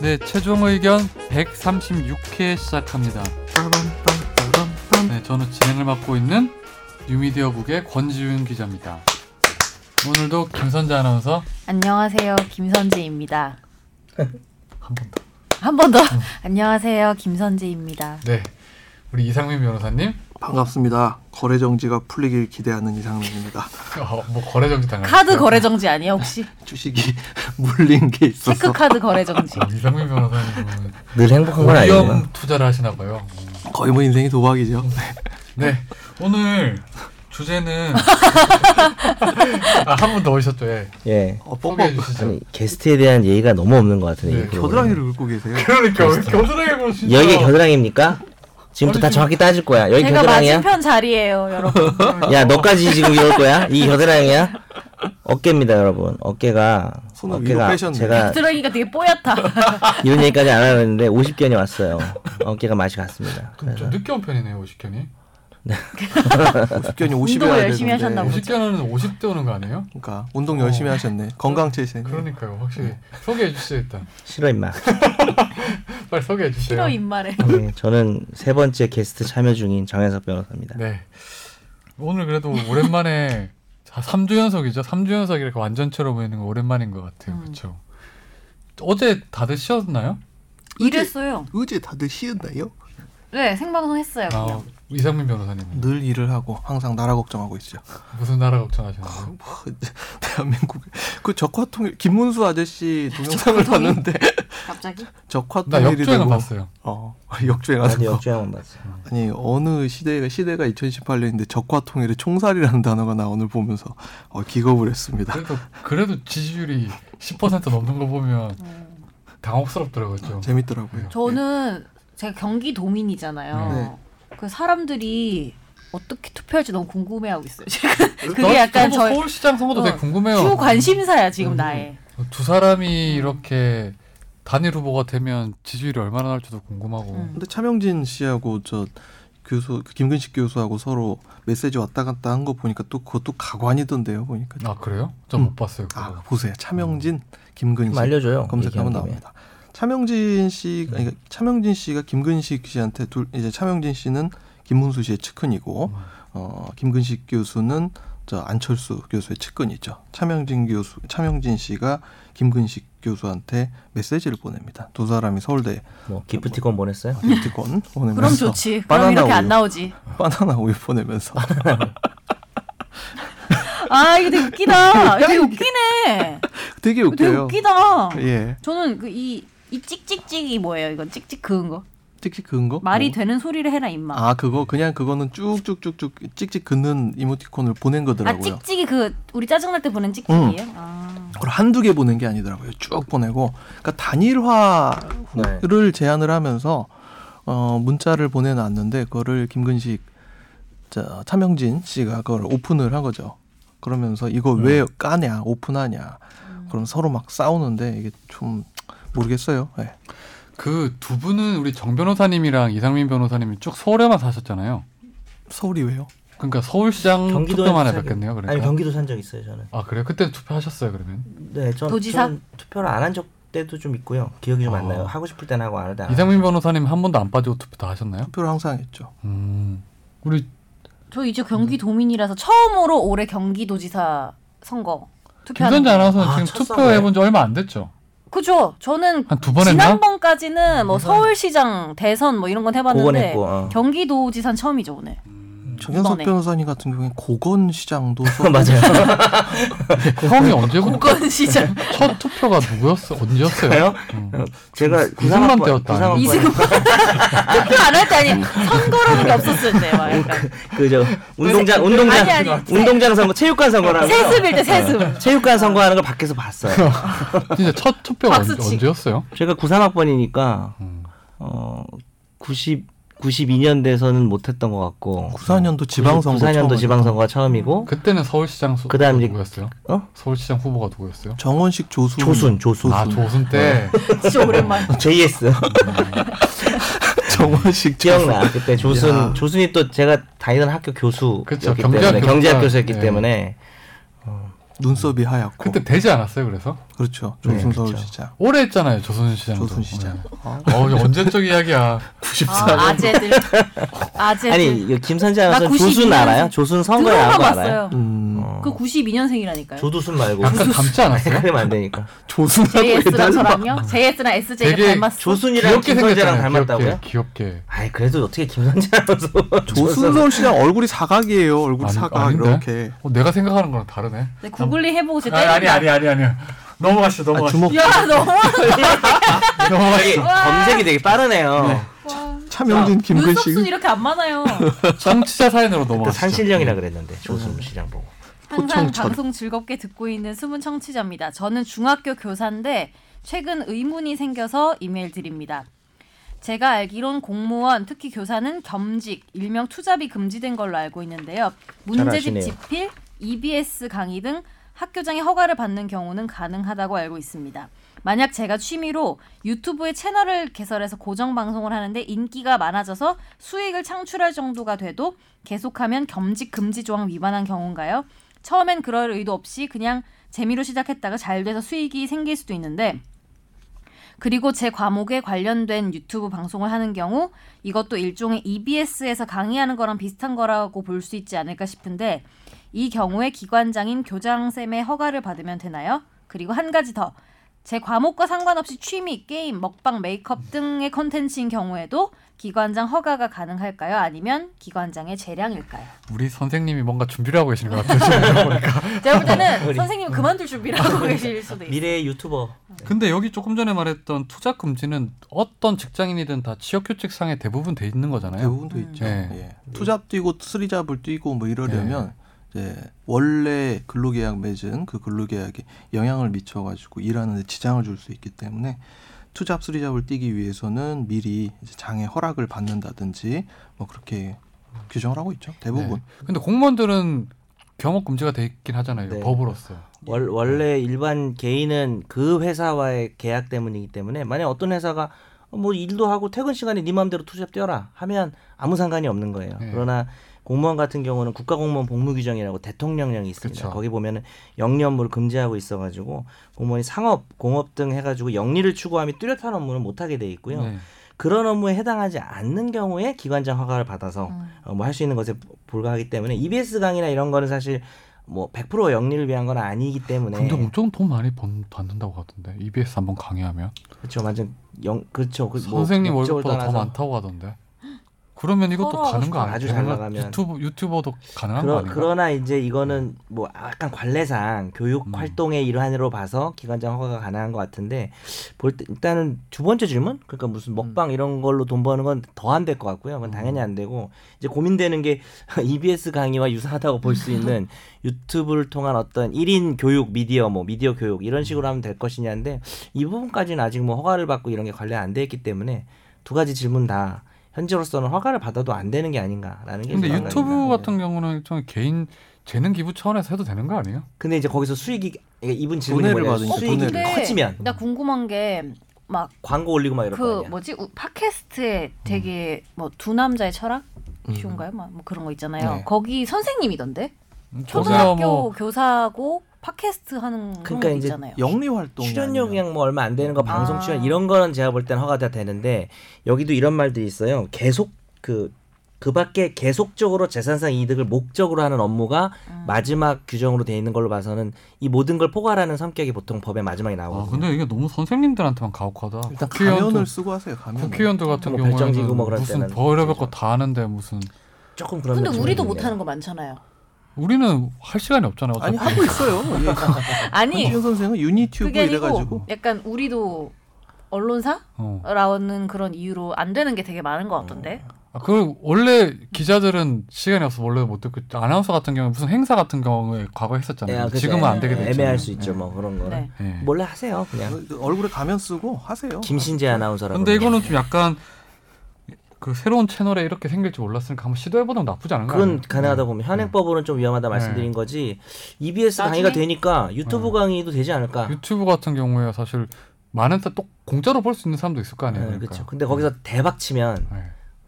네, 최종 의견 136회 시작합니다. 네, 저는 진행을 맡고 있는 뉴미디어국의 권지윤 기자입니다. 오늘도 김선재 아나운서 안녕하세요, 김선지입니다. 한 번 더. 한 번 더. 음. 안녕하세요, 김선지입니다. 네, 우리 이상민 변호사님. 반갑습니다. 거래 정지가 풀리길 기대하는 이상민입니다. 어, 뭐 거래 정지 당했어요. 카드 거래 정지 아니야 혹시? 주식이 물린 게 있어서 음. 체크 카드 거래 정지. 이상민 변호사님은 늘 행복한 건 아니에요. 위험 투자를 하시나 봐요. 음. 거의 뭐 인생이 도박이죠. 네, 오늘 주제는 아, 한 분 더 오셨죠? 예. 예. 어, 뻑뻑 소개해 주시죠. 아니 게스트에 대한 예의가 너무 없는 것 네, 같은데. 이게 겨드랑이를 긁고 계세요. 그러니까 왜 겨드랑이 보시 오늘. 여기가 겨드랑입니까? 지금부터 다 아니, 정확히 따질 거야. 여기 제가 겨드랑이야? 맞은편 자리예요, 여러분. 야 너까지 지금 이럴 거야? 이 겨드랑이야? 어깨입니다, 여러분. 어깨가 손을 위로 어깨가 빼셨네. 제가 드렁이가 되게 뽀얗다. 음. 이런 얘기까지 안 하는데 50견이 왔어요. 어깨가 맛이 갔습니다. 좀 그래서 늦게 온 편이네요, 오십견이. 50견이 50이어야 그러니까 운동을 되는데. 열심히 하셨나 보죠. 오십견은 50대 오는 거 아니에요? 그러니까 운동 열심히 어. 하셨네. 건강 체세. 그러니까요, 확실히. 네. 소개해 주세요 일단. 싫어 임마. 빨리 소개해 주세요. 싫어 입말에. 네, 저는 세 번째 게스트 참여 중인 정현석 변호사입니다. 네. 오늘 그래도 오랜만에 3주 연속이죠. 3주 연속 이렇게 완전체로 보이는 거 오랜만인 것 같아요. 음. 그렇죠. 어제 다들 쉬었나요? 음. 일했어요. 어제 다들 쉬었나요? 네, 생방송 했어요. 아, 그냥. 이상민 변호사님 늘 일을 하고 항상 나라 걱정하고 있죠. 무슨 나라 아, 걱정하시는데요? 뭐, 대한민국 그 적화통일 김문수 아저씨 동영상을 봤는데 갑자기? 나 적화통일이 역주행을 되고 봤어요. 어 역주행하는 나도 거 역주행만 봤어. 아니 어느 시대가 시대가 2018년인데 적화통일에 총살이라는 단어가 나오늘 보면서 어, 기겁을 했습니다. 그래도 그래도 지지율이 10% 넘는 거 보면 음. 당혹스럽더라고요. 좀. 재밌더라고요. 예. 저는 제가 경기 도민이잖아요. 네. 그 사람들이 어떻게 투표할지 너무 궁금해하고 있어요. 음. 지금 나 그게 약간 저도 저의 서울시장 선거도 어, 되게 궁금해요. 주 관심사야 음. 지금 나의. 뭐 두 사람이 이렇게 단일 후보가 되면 지지율이 얼마나 날지도 궁금하고. 음. 근데 차명진 씨하고 저 교수 그 김근식 교수하고 서로 메시지 왔다 갔다 한 거 보니까 또 그것도 가관이던데요 보니까 아 그래요? 전 못 음. 봤어요. 그거. 아 보세요 차명진 김근식 좀 알려줘요. 검색하면 어, 얘기한 김에. 나옵니다. 차명진 씨 아니 그러니까 차명진 씨가 김근식 씨한테 둘 이제 차명진 씨는 김문수 씨의 측근이고 음. 어 김근식 교수는 저 안철수 교수의 측근이죠. 차명진 교수 차명진 씨가 김근식 교수한테 메시지를 보냅니다. 두 사람이 서울대 뭐 기프티콘 보냈어요? 유티콘 보내면서 그럼 좋지. 그럼 바나나 이렇게 안 우유. 나오지. 바나나 우유 보내면서 아 이거 되게 웃기다. 되게 웃기네. 되게 되게 웃겨요. 웃기다. 예, 저는 그 이 이 찍찍찍이 뭐예요? 이건 찍찍 그은 거. 찍찍 그은 거? 말이 뭐? 되는 소리를 해라 임마. 아, 아 그거 그냥 그거는 쭉쭉쭉쭉 찍찍 긋는 이모티콘을 아, 보낸 거더라고요. 찍찍이 그 우리 짜증 날 때 보는 찍찍이에요? 아. 그걸 한두 개 보낸 게 아니더라고요. 쭉 보내고 그러니까 단일화를 네. 제안을 하면서 어, 문자를 보내놨는데 그거를 김근식 자, 차명진 씨가 그걸 오픈을 한 거죠. 그러면서 이거 네. 왜 까냐 오픈하냐 음. 그럼 서로 막 싸우는데 이게 좀 모르겠어요. 예. 그두 분은 우리 정 변호사님이랑 이상민 변호사님이 쭉 서울에만 사셨잖아요. 서울이 왜요? 그러니까 서울시장 경기도에서 투표만에 사실- 뵙겠네요. 그러니까. 아니 경기도 산 적 있어요 저는. 아 그래요? 그때 투표하셨어요 그러면? 네, 전, 도지사? 전 투표를 안 한 적 때도 좀 있고요. 기억이 좀 안 어. 나요. 하고 싶을 때는 하고 안 하다. 이상민 변호사님 한 번도 안 빠지고 투표 다 하셨나요? 투표를 항상 했죠. 음. 우리 저 이제 경기 도민이라서 처음으로 올해 경기도지사 선거 투표하는. 김선재 아나운서는 아, 지금 첫 투표해본 지 얼마 안 됐죠? 그죠. 저는 한 두 번 했나? 지난번까지는 뭐 서울시장 대선 뭐 이런 건 그건 해봤는데 했고. 어. 경기도지사 처음이죠 오늘. 정현석 이번에. 변호사님 같은 경우에 고건시장도 맞아요. 형이 그 언제고? 국건시장 첫 투표가 누구였어? 언제였어요? 저요? 음. 제가 구승만 구삼학번- 때였다. 구삼학번- 이승만 투표 안 할 때 아니 선거라는 게 없었을 때 막 약간 그저 운동장 운동장 아니, 아니. 네, 운동장 선거 체육관 선거라고. 세습일 때 세습. 어. 체육관 선거하는 걸 밖에서 봤어요. 진짜 첫 투표가 박수 언제, 치기. 언제였어요? 제가 93학번이니까 음. 어 90, 92년 대선은 못했던 것 같고 94년도 지방선거 94년도 처음 지방선거가 처음이고 그때는 서울시장 수, 그다음 이제- 누구였어요? 어? 서울시장 후보가 누구였어요? 정원식 조수 조순 조순 아 조순 때 진짜 오랜만. 그 JS 정원식 기억나 그때 조순 야. 조순이 또 제가 다니던 학교 교수였기 그쵸, 경제학 때문에 교수가- 경제학 교수였기 네. 때문에 눈썹이 하얗고 그때 되지 않았어요, 그래서? 그렇죠. 네, 조순 그렇죠. 서울시장, 오래 했잖아요, 조선시장도. 조선시장. 어, 네. 어, 이거 언제적 이야기야. 아, 아재들. 아재들. 아니 이거 김선재 네, 그 나 아나운서 92 조순 년생. 알아요? 조순 선거에 나온 들어만 거 알아요? 봤어요. 음, 어. 그 92년생이라니까요. 조두순 말고 약간 아, 닮지 않았어요? 헷갈리면 안 되니까. 조순하고 JS랑 달라. 저랑요? JS랑 SJ가 되게 닮았어. 조순이랑 귀엽게 김선재랑 생겼잖아요. 닮았다고요? 귀엽게. 귀엽게. 아이 그래도 어떻게 김선재 아나운서 조순 서울시장 얼굴이 사각이에요. 얼굴이 아니, 사각 아닌데? 이렇게. 어, 내가 생각하는 거랑 다르네. 네, 구글링 해보고 제 아니, 아니, 아니, 아니, 아니. 넘어가시죠, 아, 넘어가시죠. 주먹 야 너무 되게 넘어가시죠. 검색이 되게 빠르네요. 차명진 김근식 눈썹순 이렇게 안 많아요. 청취자 사연으로 어? 그때 넘어가시죠. 네. 산신령이라 그랬는데 네. 조순 시장 보고. 항상 포청천. 방송 즐겁게 듣고 있는 숨은 청취자입니다. 저는 중학교 교사인데 최근 의문이 생겨서 이메일 드립니다. 제가 알기론 공무원, 특히 교사는 겸직, 일명 투잡이 금지된 걸로 알고 있는데요. 문제집 아시네요. 집필, EBS 강의 등 학교장의 허가를 받는 경우는 가능하다고 알고 있습니다. 만약 제가 취미로 유튜브에 채널을 개설해서 고정 방송을 하는데 인기가 많아져서 수익을 창출할 정도가 돼도 계속하면 겸직 금지 조항 위반한 경우인가요? 처음엔 그럴 의도 없이 그냥 재미로 시작했다가 잘 돼서 수익이 생길 수도 있는데 그리고 제 과목에 관련된 유튜브 방송을 하는 경우 이것도 일종의 EBS에서 강의하는 거랑 비슷한 거라고 볼 수 있지 않을까 싶은데 이 경우에 기관장인 교장쌤의 허가를 받으면 되나요? 그리고 한 가지 더. 제 과목과 상관없이 취미, 게임, 먹방, 메이크업 등의 컨텐츠인 경우에도 기관장 허가가 가능할까요? 아니면 기관장의 재량일까요? 우리 선생님이 뭔가 준비를 하고 계시는 것 같아요. 지금 보니까. 제가 볼 때는 선생님 그만둘 준비를 아, 하고 그러니까. 계실 수도 있어요. 미래의 유튜버. 근데 여기 조금 전에 말했던 투자 금지는 어떤 직장인이든 다 취업 규칙상에 대부분 돼 있는 거잖아요. 대부분도 있죠. 네. 예. 투잡 뛰고 쓰리잡을 뛰고 뭐 이러려면 이제 원래 근로계약 맺은 그 근로계약에 영향을 미쳐가지고 일하는데 지장을 줄 수 있기 때문에 투잡 쓰리잡을 뛰기 위해서는 미리 이제 장의 허락을 받는다든지 뭐 그렇게 규정을 하고 있죠. 대부분. 근데 공무원들은 경업 금지가 돼 있긴 하잖아요. 네. 법으로서. 월, 네. 원래 일반 개인은 그 회사와의 계약 때문이기 때문에 만약 어떤 회사가 뭐 일도 하고 퇴근 시간에 네 맘대로 투잡 뛰어라 하면 아무 상관이 없는 거예요. 네. 그러나 공무원 같은 경우는 국가공무원 복무규정이라고 대통령령이 있습니다. 그쵸. 거기 보면은 영리업무를 금지하고 있어가지고 공무원이 상업, 공업 등 해가지고 영리를 추구함이 뚜렷한 업무는 못하게 돼 있고요. 네. 그런 업무에 해당하지 않는 경우에 기관장 허가를 받아서 음. 뭐 할 수 있는 것에 불과하기 때문에 EBS 강의나 이런 거는 사실 뭐 100% 영리를 위한 건 아니기 때문에 근데 뭐 엄청 돈 많이 번, 받는다고 하던데. EBS 한번 강의하면. 그렇죠 완전 영 그렇죠 그 뭐 선생님 목적을 월급보다 더 떠나서 많다고 하던데. 그러면 이것도 서로 가는 거 아니에요? 아주 잘 나가면. 유튜브 유튜버도 가능한 거 그러, 아닌가? 그러나 이제 이거는 뭐 약간 관례상 교육 음. 활동의 일환으로 봐서 기관장 허가가 가능한 것 같은데 볼 때 일단은 두 번째 질문 그러니까 음. 무슨 먹방 이런 걸로 돈 버는 건 더 안 될 것 같고요 그건 당연히 안 되고 이제 고민되는 게 EBS 강의와 유사하다고 볼 수 있는 유튜브를 통한 어떤 일인 교육 미디어 뭐 미디어 교육 이런 식으로 음. 하면 될 것이냐인데 이 부분까지는 아직 뭐 허가를 받고 이런 게 관리 안 돼 있기 때문에 두 가지 질문 다 현재로서는 허가를 받아도 안 되는 게 아닌가라는 게 근데 제 유튜브 생각입니다. 네. 같은 경우는 일종의 개인 재능 기부 차원에서 해도 되는 거 아니에요? 근데 이제 거기서 수익이 그러니까 이분 질문이 돈을 뭐냐 받으니까 수익이 돈을. 커지면 어, 나 궁금한 게막 네. 그 광고 올리고 막 이럴 거 아니야. 뭐지 우- 팟캐스트에 되게 뭐 두 남자의 철학 쉬운가요? 막 뭐 그런 거 있잖아요. 음. 네. 거기 선생님이던데 보세요, 초등학교 뭐 교사고 팟캐스트 하는 그런 그러니까 거 이제 있잖아요. 영리 활동. 출연료 그냥 뭐 얼마 안 되는 거 방송 아. 출연 이런 거는 제가 볼 땐 허가가 되는데 여기도 이런 말도 있어요. 계속 그 그밖에 계속적으로 재산상 이득을 목적으로 하는 업무가 음. 마지막 규정으로 돼 있는 걸로 봐서는 이 모든 걸 포괄하는 성격이 보통 법의 마지막에 아, 나오거든요. 근데 이게 너무 선생님들한테만 가혹하다. 일단 국회의원도- 가면을 쓰고 하세요. 가면. 국회의원들 같은 뭐 경우에는 별장지구 뭐 그럴 무슨 때는 벌여볼 그렇죠. 거다 하는데 무슨 조금 그런 근데 면이 우리도 있네요. 못하는 거 많잖아요. 우리는 할 시간이 없잖아요. 아니 어차피. 하고 있어요. 예. 아니 한지훈 선생은 유니튜브 그게 이래가지고 아니고 약간 우리도 언론사라는 어. 그런 이유로 안 되는 게 되게 많은 것 같던데. 아, 그 원래 기자들은 시간이 없어 원래 못 듣고 아나운서 같은 경우 무슨 행사 같은 경우에 과거 했었잖아요. 예, 그렇죠. 지금은 안 되게 예, 됐죠. 애매할 수 있죠. 뭐 그런 거는 네. 예. 몰래 하세요. 그냥 얼굴에 가면 쓰고 하세요. 김신재 아나운서라고. 아, 그렇죠. 근데 이거는 좀 약간 그 새로운 채널에 이렇게 생길지 몰랐으니까 한번 시도해보면 나쁘지 않은 거 그건 아니에요? 가능하다 네. 보면 현행법으로는 좀 위험하다 말씀드린 거지 EBS 강의가 나중에? 되니까 음. 유튜브 강의도 되지 않을까. 예. 유튜브 같은 경우에 사실 많은 사- 또 공짜로 볼 수 있는 사람도 있을 거 아니에요. 네, 그러니까. 그렇죠. 근데 거기서 대박 치면 네.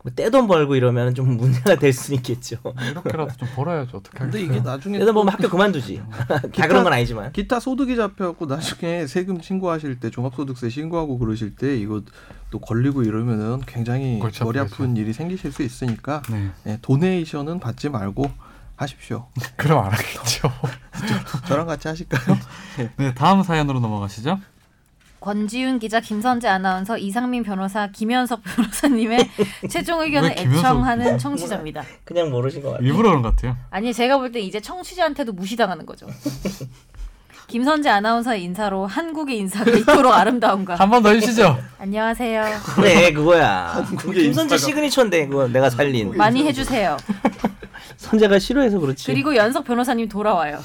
뭐 떼돈 벌고 이러면 좀 문제가 될 수 있겠죠. 이렇게라도 좀 벌어야죠. 어떻게 할까? 근데 이게 나중에 떼돈 벌면 학교 그만두지. 다 그런 건 아니지만. 기타 소득이 잡혀갖고 나중에 세금 신고하실 때 종합소득세 신고하고 그러실 때 이거 또 걸리고 이러면은 굉장히 골치 머리 아프겠죠. 아픈 일이 생기실 수 있으니까 네. 예, 도네이션은 받지 말고 하십시오. 그럼 안 하겠죠. 저랑 같이 하실까요? 네, 다음 사연으로 넘어가시죠. 권지윤 기자, 김선재 아나운서, 이상민 변호사, 김현석 변호사님의 최종 의견을 왜 김현석? 애청하는 청취자입니다. 그냥 모르신 것 같아요. 일부러 그런 것 같아요. 아니 제가 볼 때 이제 청취자한테도 무시당하는 거죠. 김선재 아나운서의 인사로 한국의 인사가 이토록 아름다운가. 한 번 더 해주시죠. 안녕하세요. 네, 그래 그거야. 그거 김선재 인스타가- 시그니처인데 그거 내가 살린. 많이 해주세요. 선재가 싫어해서 그렇지. 그리고 연석 변호사님 돌아와요.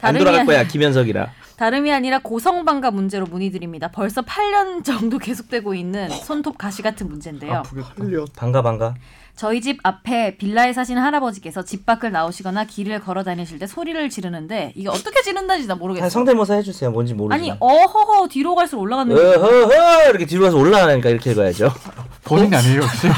안 다름이, 돌아갈 아니- 거야 김현석이라. 다름이 아니라 고성방가 문제로 문의드립니다. 벌써 8년 정도 계속되고 있는 손톱 가시 같은 문제인데요. 아프겠다. 반가 반가. 저희 집 앞에 빌라에 사시는 할아버지께서 집 밖을 나오시거나 길을 걸어 다니실 때 소리를 지르는데 이게 어떻게 지른다는지 나 아, 모르겠어요. 성대모사 해주세요. 뭔지 모르지. 아니 어허허 뒤로 갈수록 올라가는 어허허 이렇게 뒤로 가서 올라가니까 이렇게 읽어야죠. 본인 아니에요 혹시?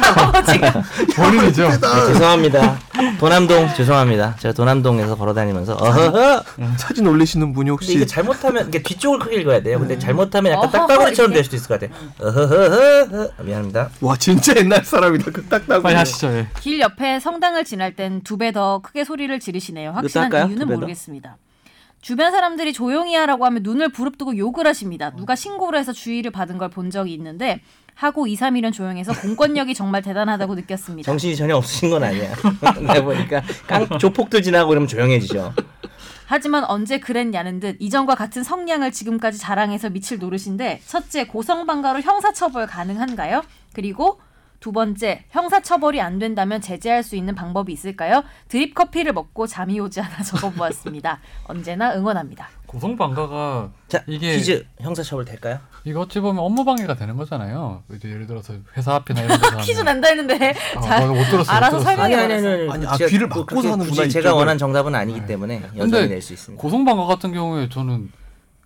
아버지가 본인이죠. 네, 죄송합니다. 도남동 죄송합니다. 제가 도남동에서 걸어다니면서 어허허. 사진 올리시는 분이 근데 혹시 이게 잘못하면 이게 뒤쪽을 크게 읽어야 돼요. 근데 잘못하면 약간 어허허 딱따구리처럼 될 이렇게? 수도 있을 것 같아. 어허허허 아, 미안합니다. 와 진짜 옛날 사람이다 그 딱딱 빨리 하시죠. 예. 길 옆에 성당을 지날 땐 두 배 더 크게 소리를 지르시네요. 확실한 할까요? 이유는 두배 더? 모르겠습니다. 주변 사람들이 조용히 하라고 하면 눈을 부릅뜨고 욕을 하십니다. 누가 신고를 해서 주의를 받은 걸 본 적이 있는데 하고 2, 3일은 조용해서 공권력이 정말 대단하다고 느꼈습니다. 정신이 전혀 없으신 건 아니야. 내가 보니까 깡 조폭들 지나고 이러면 조용해지죠. 하지만 언제 그랬냐는 듯 이전과 같은 성량을 지금까지 자랑해서 미칠 노릇인데 첫째 고성방가로 형사처벌 가능한가요? 그리고 두 번째 형사처벌이 안 된다면 제재할 수 있는 방법이 있을까요? 드립 커피를 먹고 잠이 오지 않아 적어보았습니다. 언제나 응원합니다. 고성 방가가 자 이게- 퀴즈 형사처벌 될까요? 이거 어찌 보면 업무 방해가 되는 거잖아요. 이제 예를 들어서 회사 앞이나 이런 데서 퀴즈 하면. 난다 했는데 아, 자, 맞아, 못 들었어. 알아서 못 들었어. 설명- 아니 아니 아니, 아니, 아니, 아니 아, 귀를 막고 그렇게 사는구나, 굳이 제가 이쪽을. 네. 원한 정답은 아니기 때문에 연설이 낼 수 있습니다. 고성 방가 같은 경우에 저는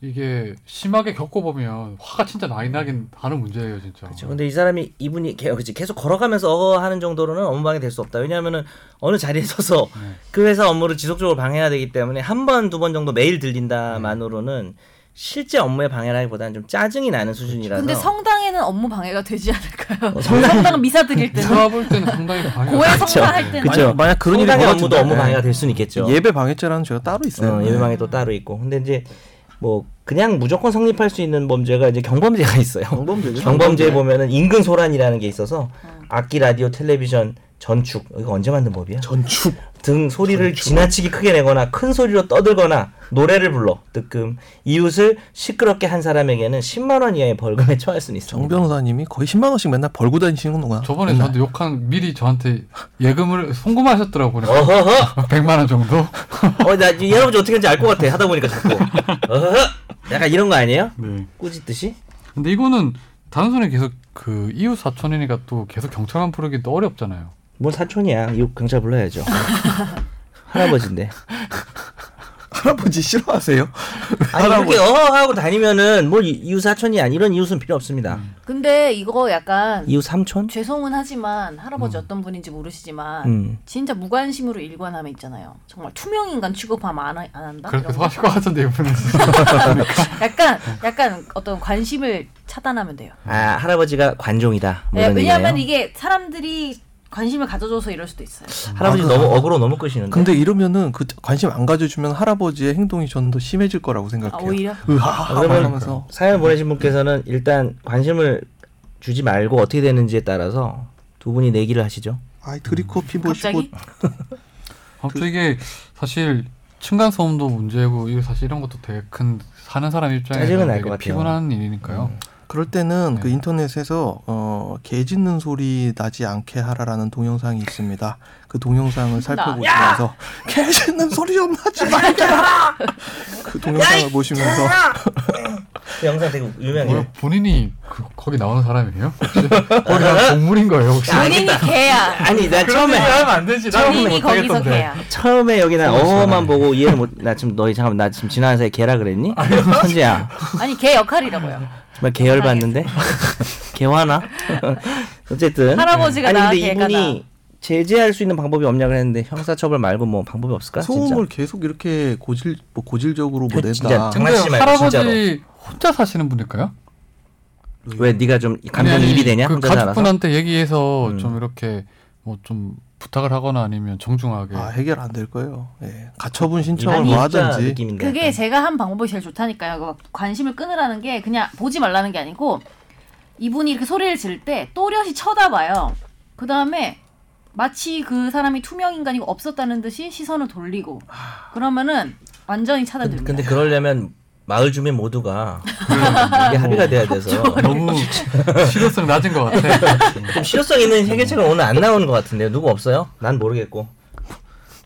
이게 심하게 겪어보면 화가 진짜 나이 나긴 하는 문제예요 진짜. 그렇죠. 근데 이 사람이 이분이 계- 그치, 계속 걸어가면서 어거 하는 정도로는 업무방해 될 수 없다. 왜냐하면은 어느 자리에 서서 네. 그 회사 업무를 지속적으로 방해해야 되기 때문에 한 번 두 번 정도 매일 들린다만으로는 실제 업무에 방해라기보다는 좀 짜증이 나는 수준이라서. 근데 성당에는 업무 방해가 되지 않을까요? 어, 성당- 성당 미사 드릴 때는 제가 볼 때는 상당히 방해. 고해 성당 할 때는 그쵸. 네, 만약- 만약 그런 일이 성당의 업무도 벌어진다면- 네. 업무 방해가 될 수는 있겠죠. 예배 방해죄라는 죄가 따로 있어요. 어, 예외방해 또 따로 있고. 근데 이제 뭐 그냥 무조건 성립할 수 있는 범죄가 이제 경범죄가 있어요. 경범죄죠. 경범죄에 보면은 인근 소란이라는 게 있어서 악기, 라디오, 텔레비전, 전축 이거 언제 만든 법이야? 전축 등 소리를 지나치게 크게 내거나 큰 소리로 떠들거나 노래를 불러 뜨끔 이웃을 시끄럽게 한 사람에게는 10만 원 이하의 벌금에 처할 수는 정 있습니다. 변호사님이 거의 10만 원씩 맨날 벌고 다니시는구나. 저번에 맨날. 저한테 욕한 미리 저한테 예금을 송금하셨더라고요. 어허허. 100만 100만 원 정도. 어나 여러분들 어떻게 하는지 알 것 같아. 하다 보니까 자꾸. 어허허. 약간 이런 거 아니에요? 네. 꾸짖듯이? 근데 이거는 단순히 계속 그 이웃 사촌이니까 또 계속 경찰만 부르기도 어렵잖아요. 뭔 사촌이야. 이웃 경찰 불러야죠. 할아버지인데. 할아버지 싫어하세요? 아니 그렇게 어허하고 다니면은 뭐 이- 이웃 사촌이 아니 이런 이웃은 필요 없습니다. 음. 근데 이거 약간 이웃 삼촌? 죄송은 하지만 할아버지 어떤 분인지 모르시지만 음. 진짜 무관심으로 일관함에 있잖아요. 정말 투명 인간 취급하면 안, 하- 안 한다. 그렇게 이런 거. 하실 것 같은데 이분은 약간 약간 어떤 관심을 차단하면 돼요. 아 할아버지가 관종이다. 뭐 네, 이런 왜냐하면 얘기네요. 이게 사람들이 관심을 가져줘서 이럴 수도 있어요. 할아버지 아, 그- 너무 어그로 너무 끄시는데. 근데 이러면은 그 관심 안 가져주면 할아버지의 행동이 저는 더 심해질 거라고 아, 생각해요. 오히려 으하하 그러면 하면서 사연 보내신 분께서는 일단 관심을 주지 말고 어떻게 되는지에 따라서 두 분이 내기를 하시죠. 아이 드리커피 보시고 갑자기 아무튼 어, 이게 사실 층간 소음도 문제고 이게 사실 이런 것도 되게 큰 사는 사람 입장에서 짜증은 날 되게 것 같아요. 음. 피곤한 일이니까요. 그럴 때는 네. 그 인터넷에서 어, 개 짖는 소리 나지 않게 하라라는 동영상이 있습니다. 그 동영상을 살펴보시면서 개 짖는 소리 좀 나지 말게 하라. 그 동영상을 보시면서 그 영상 되게 뭐 유명해요. 본인이 그, 거기 나오는 사람이에요? 혹시 거기 나오는 동물인 거예요 혹시? 본인이 개야. 아니 나 아, 처음에 하면 안 되지. 본인이 거기서 개야. 처음에 여기 난 어만 보고 이해를 못. 나 지금 너희 잠깐 나 지금 지난 회사에 개라 그랬니? 선지야 아니 개 역할이라고요. 정말 개열 받는데 개화나. 어쨌든 할아버지가 네? 아니 나 근데 개가 나. 이분이 제재할 수 있는 방법이 없냐 그랬는데 형사처벌 말고 뭐 방법이 없을까? 소음을 계속 이렇게 고질 뭐 고질적으로 뭐 진짜. 진짜 낸다. 근데 장난치지 말고 할아버지 진짜로. 혼자 사시는 분일까요? 왜 네가 좀 감정 아니, 이입이 되냐? 그 혼자 살아서? 가족분한테 얘기해서 음. 좀 이렇게 뭐 좀 부탁을 하거나 아니면 정중하게 아 해결 안 될 거예요. 예. 가처분 신청을 아니, 뭐 진짜 하든지. 느낌인데 그게 약간. 제가 한 방법이 제일 좋다니까요. 그거 막 관심을 끊으라는 게 그냥 보지 말라는 게 아니고 이분이 이렇게 소리를 지를 때 또렷이 쳐다봐요. 그 다음에 마치 그 사람이 투명 인간이고 없었다는 듯이 시선을 돌리고 그러면은 완전히 근데, 차단됩니다. 아. 근데 그러려면 마을 주민 모두가 이게 합의가 돼야 뭐. 돼서 너무 실효성 낮은 것 같아. 좀 실효성 있는 해결책은 오늘 안 나오는 것 같은데요. 누구 없어요? 난 모르겠고.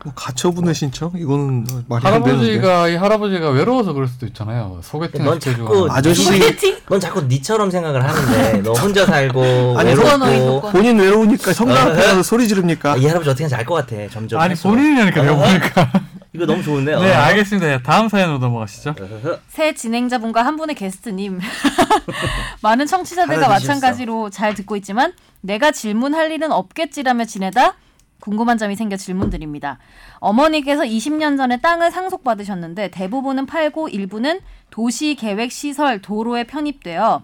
뭐 가처분의 신청? 이거는 말이 안 되는데. 할아버지가 이 할아버지가 외로워서 그럴 수도 있잖아요. 소개팅을 넌 시켜주고 자꾸- 아저씨 넌 자꾸 니처럼 생각을 하는데 너 혼자 살고 아니, 독거노인, 외롭고 예. 독거노인. 본인 외로우니까 성당 앞에 가서 소리 지릅니까? 예. 아, 이 할아버지 어떻게 하는지 알 것 같아. 점점. 아니 할수록. 본인이라니까 내가 보니까. 이거 너무 좋은데요. 네 알겠습니다. 예, 다음 사연으로 넘어가시죠. 어허허. 새 진행자분과 한 분의 게스트님. 많은 청취자들과 하나 드셨어. 마찬가지로 잘 듣고 있지만 내가 질문할 일은 없겠지라며 지내다 궁금한 점이 생겨 질문드립니다. 어머니께서 20년 전에 땅을 상속받으셨는데 대부분은 팔고 일부는 도시 계획 시설 도로에 편입되어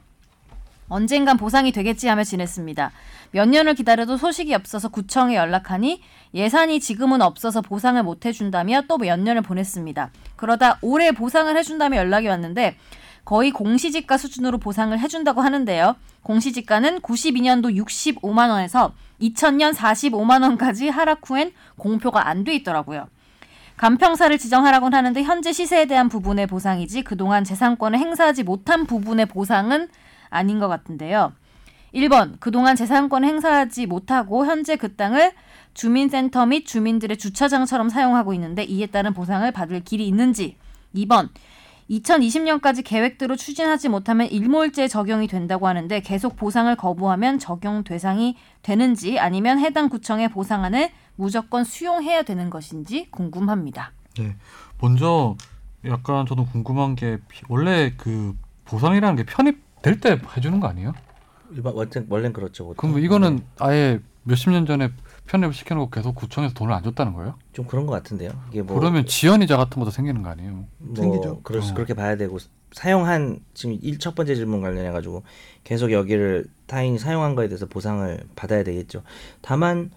언젠간 보상이 되겠지 하며 지냈습니다. 몇 년을 기다려도 소식이 없어서 구청에 연락하니 예산이 지금은 없어서 보상을 못 해준다며 또 몇 년을 보냈습니다. 그러다 올해 보상을 해준다며 연락이 왔는데 거의 공시지가 수준으로 보상을 해준다고 하는데요. 공시지가는 92년도 65만 원에서 2000년 45만 원까지 하락 후엔 공표가 안 돼 있더라고요. 간평사를 지정하라곤 하는데 현재 시세에 대한 부분의 보상이지 그동안 재산권을 행사하지 못한 부분의 보상은 아닌 것 같은데요. 1번 그동안 재산권을 행사하지 못하고 현재 그 땅을 주민센터 및 주민들의 주차장처럼 사용하고 있는데 이에 따른 보상을 받을 길이 있는지 2번 2020년까지 계획대로 추진하지 못하면 일몰제 적용이 된다고 하는데 계속 보상을 거부하면 적용 대상이 되는지 아니면 해당 구청의 보상안을 무조건 수용해야 되는 것인지 궁금합니다. 먼저 약간 저도 궁금한 게 피- 원래 그 보상이라는 게 편입될 때 해주는 거 아니에요? 일반 원래- 원래는 그렇죠. 보통. 그럼 뭐 이거는 아예 몇십 년 전에 편입을 시켜놓고 계속 구청에서 돈을 안 줬다는 거예요? 좀 그런 것 같은데요. 이게 뭐 그러면 지연이자 같은 것도 생기는 거 아니에요? 생기죠. 뭐 그럴 수 어. 그렇게 봐야 되고 사용한 지금 일 첫 번째 질문 관련해 가지고 계속 여기를 타인이 사용한 거에 대해서 보상을 받아야 되겠죠. 다만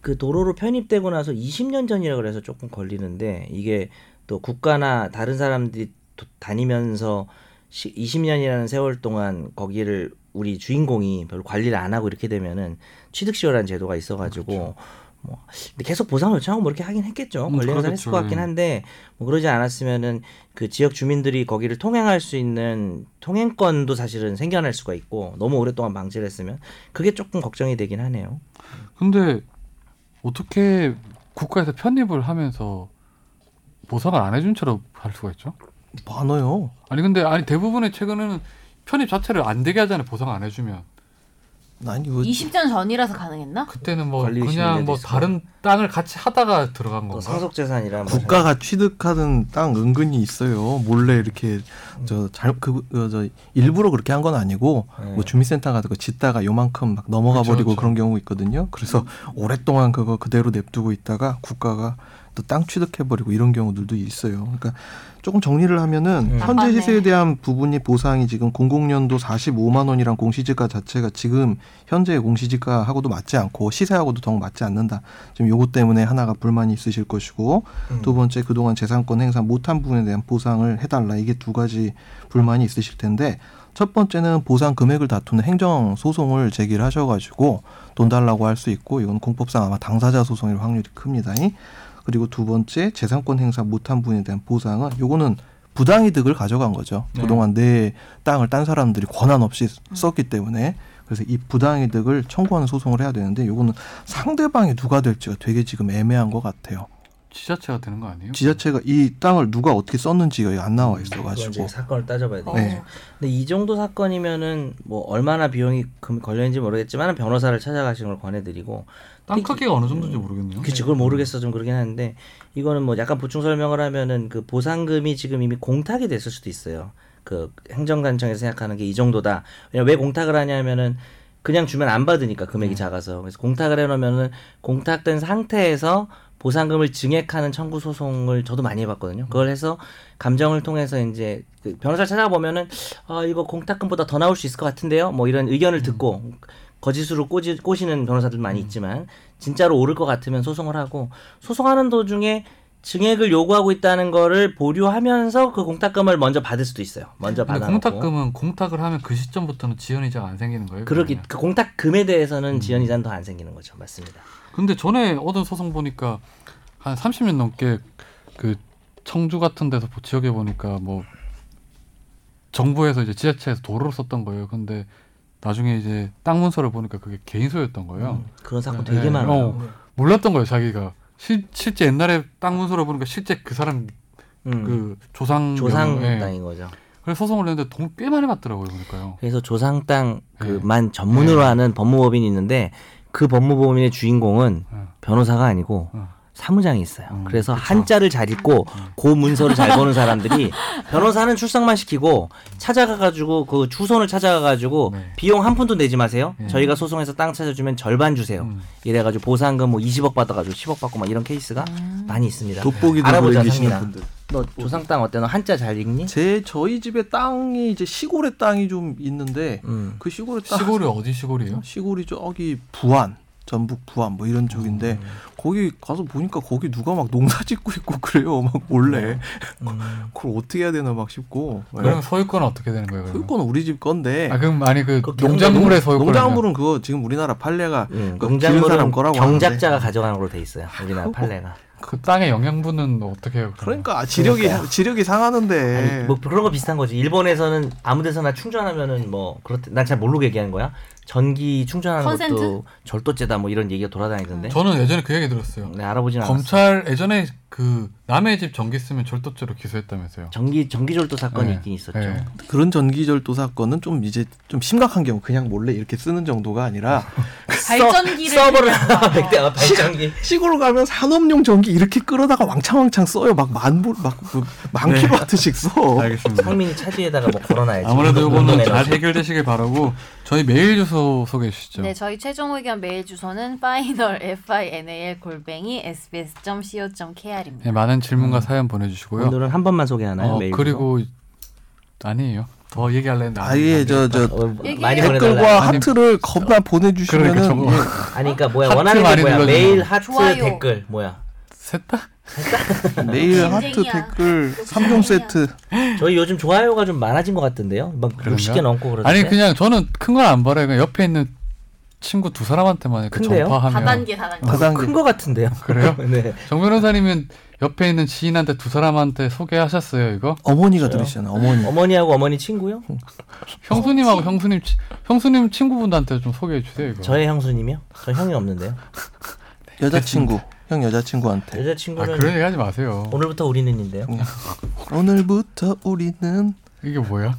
그 도로로 편입되고 나서 20년 전이라 그래서 조금 걸리는데 이게 또 국가나 다른 사람들이 도- 다니면서 20년이라는 세월 동안 거기를 우리 주인공이 별로 관리를 안 하고 이렇게 되면은 취득시효라는 제도가 있어가지고 뭐 근데 계속 보상 요청하고 뭐 이렇게 하긴 했겠죠 음, 권리 행사를 그렇겠죠. 했을 것 같긴 예. 한데 뭐 그러지 않았으면은 그 지역 주민들이 거기를 통행할 수 있는 통행권도 사실은 생겨날 수가 있고 너무 오랫동안 방치를 했으면 그게 조금 걱정이 되긴 하네요. 근데 어떻게 국가에서 편입을 하면서 보상을 안 해준 채로 할 수가 있죠? 많아요. 아니 근데 아니 대부분의 최근에는 편입 자체를 안 되게 하잖아요. 보상 안 해주면 아니 이거 20년 전이라서 가능했나? 그때는 뭐 관리 심리가 그냥 뭐 있어요. 다른 땅을 같이 하다가 들어간 또 건가? 상속재산이라 뭐 국가가 취득하는 땅 은근히 있어요. 몰래 이렇게 저잘그저 일부러 그렇게 한 건 아니고 네. 뭐 주민센터 같은 거 짓다가 요만큼 막 넘어가 그쵸, 버리고 그쵸. 그런 경우 있거든요. 그래서 오랫동안 그거 그대로 냅두고 있다가 국가가 또 땅 취득해 버리고 이런 경우들도 있어요. 그러니까 조금 정리를 하면은 음. 현재 아빠네. 시세에 대한 부분이 보상이 지금 00년도 45만 원이랑 공시지가 자체가 지금 현재의 공시지가하고도 맞지 않고 시세하고도 더 맞지 않는다. 지금 요거 때문에 하나가 불만이 있으실 것이고 음. 두 번째 그동안 재산권 행사 못한 부분에 대한 보상을 해달라 이게 두 가지 불만이 있으실 텐데 첫 번째는 보상 금액을 다투는 행정 소송을 제기를 하셔가지고 돈 달라고 할 수 있고 이건 공법상 아마 당사자 소송일 확률이 큽니다. 그리고 두 번째 재산권 행사 못한 분에 대한 보상은 요거는 부당이득을 가져간 거죠. 네. 그동안 내 땅을 딴 사람들이 권한 없이 음. 썼기 때문에 그래서 이 부당이득을 청구하는 소송을 해야 되는데 요거는 상대방이 누가 될지가 되게 지금 애매한 것 같아요. 지자체가 되는 거 아니에요? 지자체가 이 땅을 누가 어떻게 썼는지가 안 나와 음, 그건 이제 있어가지고 사건을 따져봐야 되겠죠. 네. 근데 이 정도 사건이면은 뭐 얼마나 비용이 금- 걸렸는지 모르겠지만 변호사를 찾아가시는 걸 권해드리고 땅 크기가 어느 정도인지 모르겠네요. 음. 그치 그걸 모르겠어 좀 그러긴 하는데 이거는 뭐 약간 보충 설명을 하면은 그 보상금이 지금 이미 공탁이 됐을 수도 있어요. 그 행정관청에서 생각하는 게 이 정도다. 왜냐면 왜 공탁을 하냐면은 그냥 주면 안 받으니까 금액이 작아서 그래서 공탁을 해놓으면은 공탁된 상태에서 보상금을 증액하는 청구 소송을 저도 많이 해봤거든요. 그걸 해서 감정을 통해서 이제 그 변호사를 찾아보면은 아 이거 공탁금보다 더 나올 수 있을 것 같은데요. 뭐 이런 의견을 듣고 거짓으로 꼬지, 꼬시는 변호사들 많이 있지만 진짜로 오를 것 같으면 소송을 하고 소송하는 도중에 증액을 요구하고 있다는 거를 보류하면서 그 공탁금을 먼저 받을 수도 있어요. 먼저 근데 받아놓고 공탁금은 공탁을 하면 그 시점부터는 지연 이자가 안 생기는 거예요. 그렇기 그러면? 그 공탁금에 음. 대해서는 지연 이자는 더 안 생기는 거죠. 맞습니다. 근데 전에 얻은 소송 보니까 한 30년 넘게 그 청주 같은 데서 보- 지역에 보니까 뭐 정부에서 이제 지자체에서 도로를 썼던 거예요. 근데 나중에 이제 땅 문서를 보니까 그게 개인 소유였던 거예요. 음, 그런 사건 네, 되게 네. 많아요. 어, 몰랐던 거예요, 자기가. 실, 실제 옛날에 땅 문서를 보니까 실제 그 사람 음, 그 조상 조상 명의, 예. 땅인 거죠. 그래서 소송을 했는데 돈 꽤 많이 받더라고요, 보니까요. 그래서 조상 땅그만 전문으로 하는 법무법인이 있는데 그 법무법인의 주인공은 예. 변호사가 아니고 예. 사무장이 있어요. 음, 그래서 그쵸. 한자를 잘 읽고 고 문서를 잘 보는 사람들이 변호사는 출석만 시키고 찾아가가지고 그 주소를 찾아가가지고 네. 비용 한 푼도 내지 마세요. 네. 저희가 소송해서 땅 찾아주면 절반 주세요. 음. 이래가지고 보상금 뭐 20억 받아가지고 10억 받고 막 이런 케이스가 많이 있습니다. 돋보기 들고 네. 알아보자 계시는 상민아. 분들. 너 조상 땅 어때? 너 한자 잘 읽니? 제 저희 집에 땅이 이제 시골에 땅이 좀 있는데 음. 그 시골에 땅 시골이 어디 시골이에요? 시골이 저기 부안 전북 부안 뭐 이런 쪽인데 거기 가서 보니까 거기 누가 막 농사 짓고 있고 그래요 막 몰래 음. 그걸 어떻게 해야 되나 막 싶고 예. 그럼 소유권은 어떻게 되는 거예요? 그러면? 소유권은 우리 집 건데 아 그럼 아니 그 네. 그 농작물의 소유권 농작물은 그거 지금 우리나라 판례가 그러니까 음, 그 기른 사람 농작물은 거라고 경작자가 가져가는 걸로 돼 있어요. 우리나라 판례가. 그 땅의 영양분은 뭐 어떻게 해요? 그러면? 그러니까 지력이 그러니까요. 지력이 예. 상하는데 아니 뭐 그런 거 비슷한 거지. 일본에서는 아무데서나 충전하면은 뭐 그렇대. 난 잘 모르고 얘기하는 거야. 전기 충전하는 컨센트? 것도 절도죄다 뭐 이런 얘기가 돌아다니던데. 저는 예전에 그 얘기 음. 들었어요. 네, 알아보진 않았어. 검찰 예전에 그 남의 집 전기 쓰면 절도죄로 기소했다면서요. 전기 전기 절도 사건이 네. 있긴 있었죠. 네. 그런 전기절도 사건은 좀 이제 좀 심각한 경우 그냥 몰래 이렇게 쓰는 정도가 아니라 발전기를 서버를 들여서. 백대가 아, 발전기. 시골 가면 산업용 전기 이렇게 끌어다가 왕창왕창 써요 막만불막만 킬로와트씩 뭐 써. 네, 알겠습니다. 성민이 차지에다가 뭐 걸어놔야지. 아무래도 운동에 요거는 잘 넣어서. 해결되시길 바라고 저희 메일 주소 소개해 주시죠. 네, 저희 최종 의견 메일 주소는 final final 골뱅이 sbs.co.kr입니다. 네, 많은 질문과 사연 보내주시고요. 음. 오늘은 한 번만 소개하나요? 어, 네, 메일 그리고 아니에요. 더 얘기할래 했는데 안 아예 돼. 저 저 어, 얘기해요. 많이 보내달라. 댓글과 하트를 겁나 보내주시면은 그러니까 저거 아니 그러니까 뭐야 하트 원하는 많이 게 뭐야? 눌러주세요. 메일 하트 좋아요. 댓글 뭐야? 셋다 예, 내일 하트 인생이야. 댓글 3종 세트 어, 저희 요즘 좋아요가 좀 많아진 것 같은데요. 막 60개 넘고 그러는데. 아니 그냥 저는 큰 건 안 바래요. 그냥 옆에 있는 친구 두 사람한테만 이렇게 큰데요? 네, 전파하면 다단계 다단계. 다단계 큰것 같은데요. 그래요? 네. 정 변호사님은 옆에 있는 지인한테 두 사람한테 소개하셨어요 이거? 어머니가 들으시잖아요 음. 네. 어머니 어머니하고 어머니 친구요? 형수님하고 형수님 치- 형수님 친구분한테 좀 소개해 주세요 이거. 저의 형수님이요? 저 형이 없는데요. 여자친구 형 여자친구한테 아 여자친구는 그런 얘기 하지 마세요. 음. 오늘부터 우리는인데요. 오늘부터 우리는 이게 뭐야?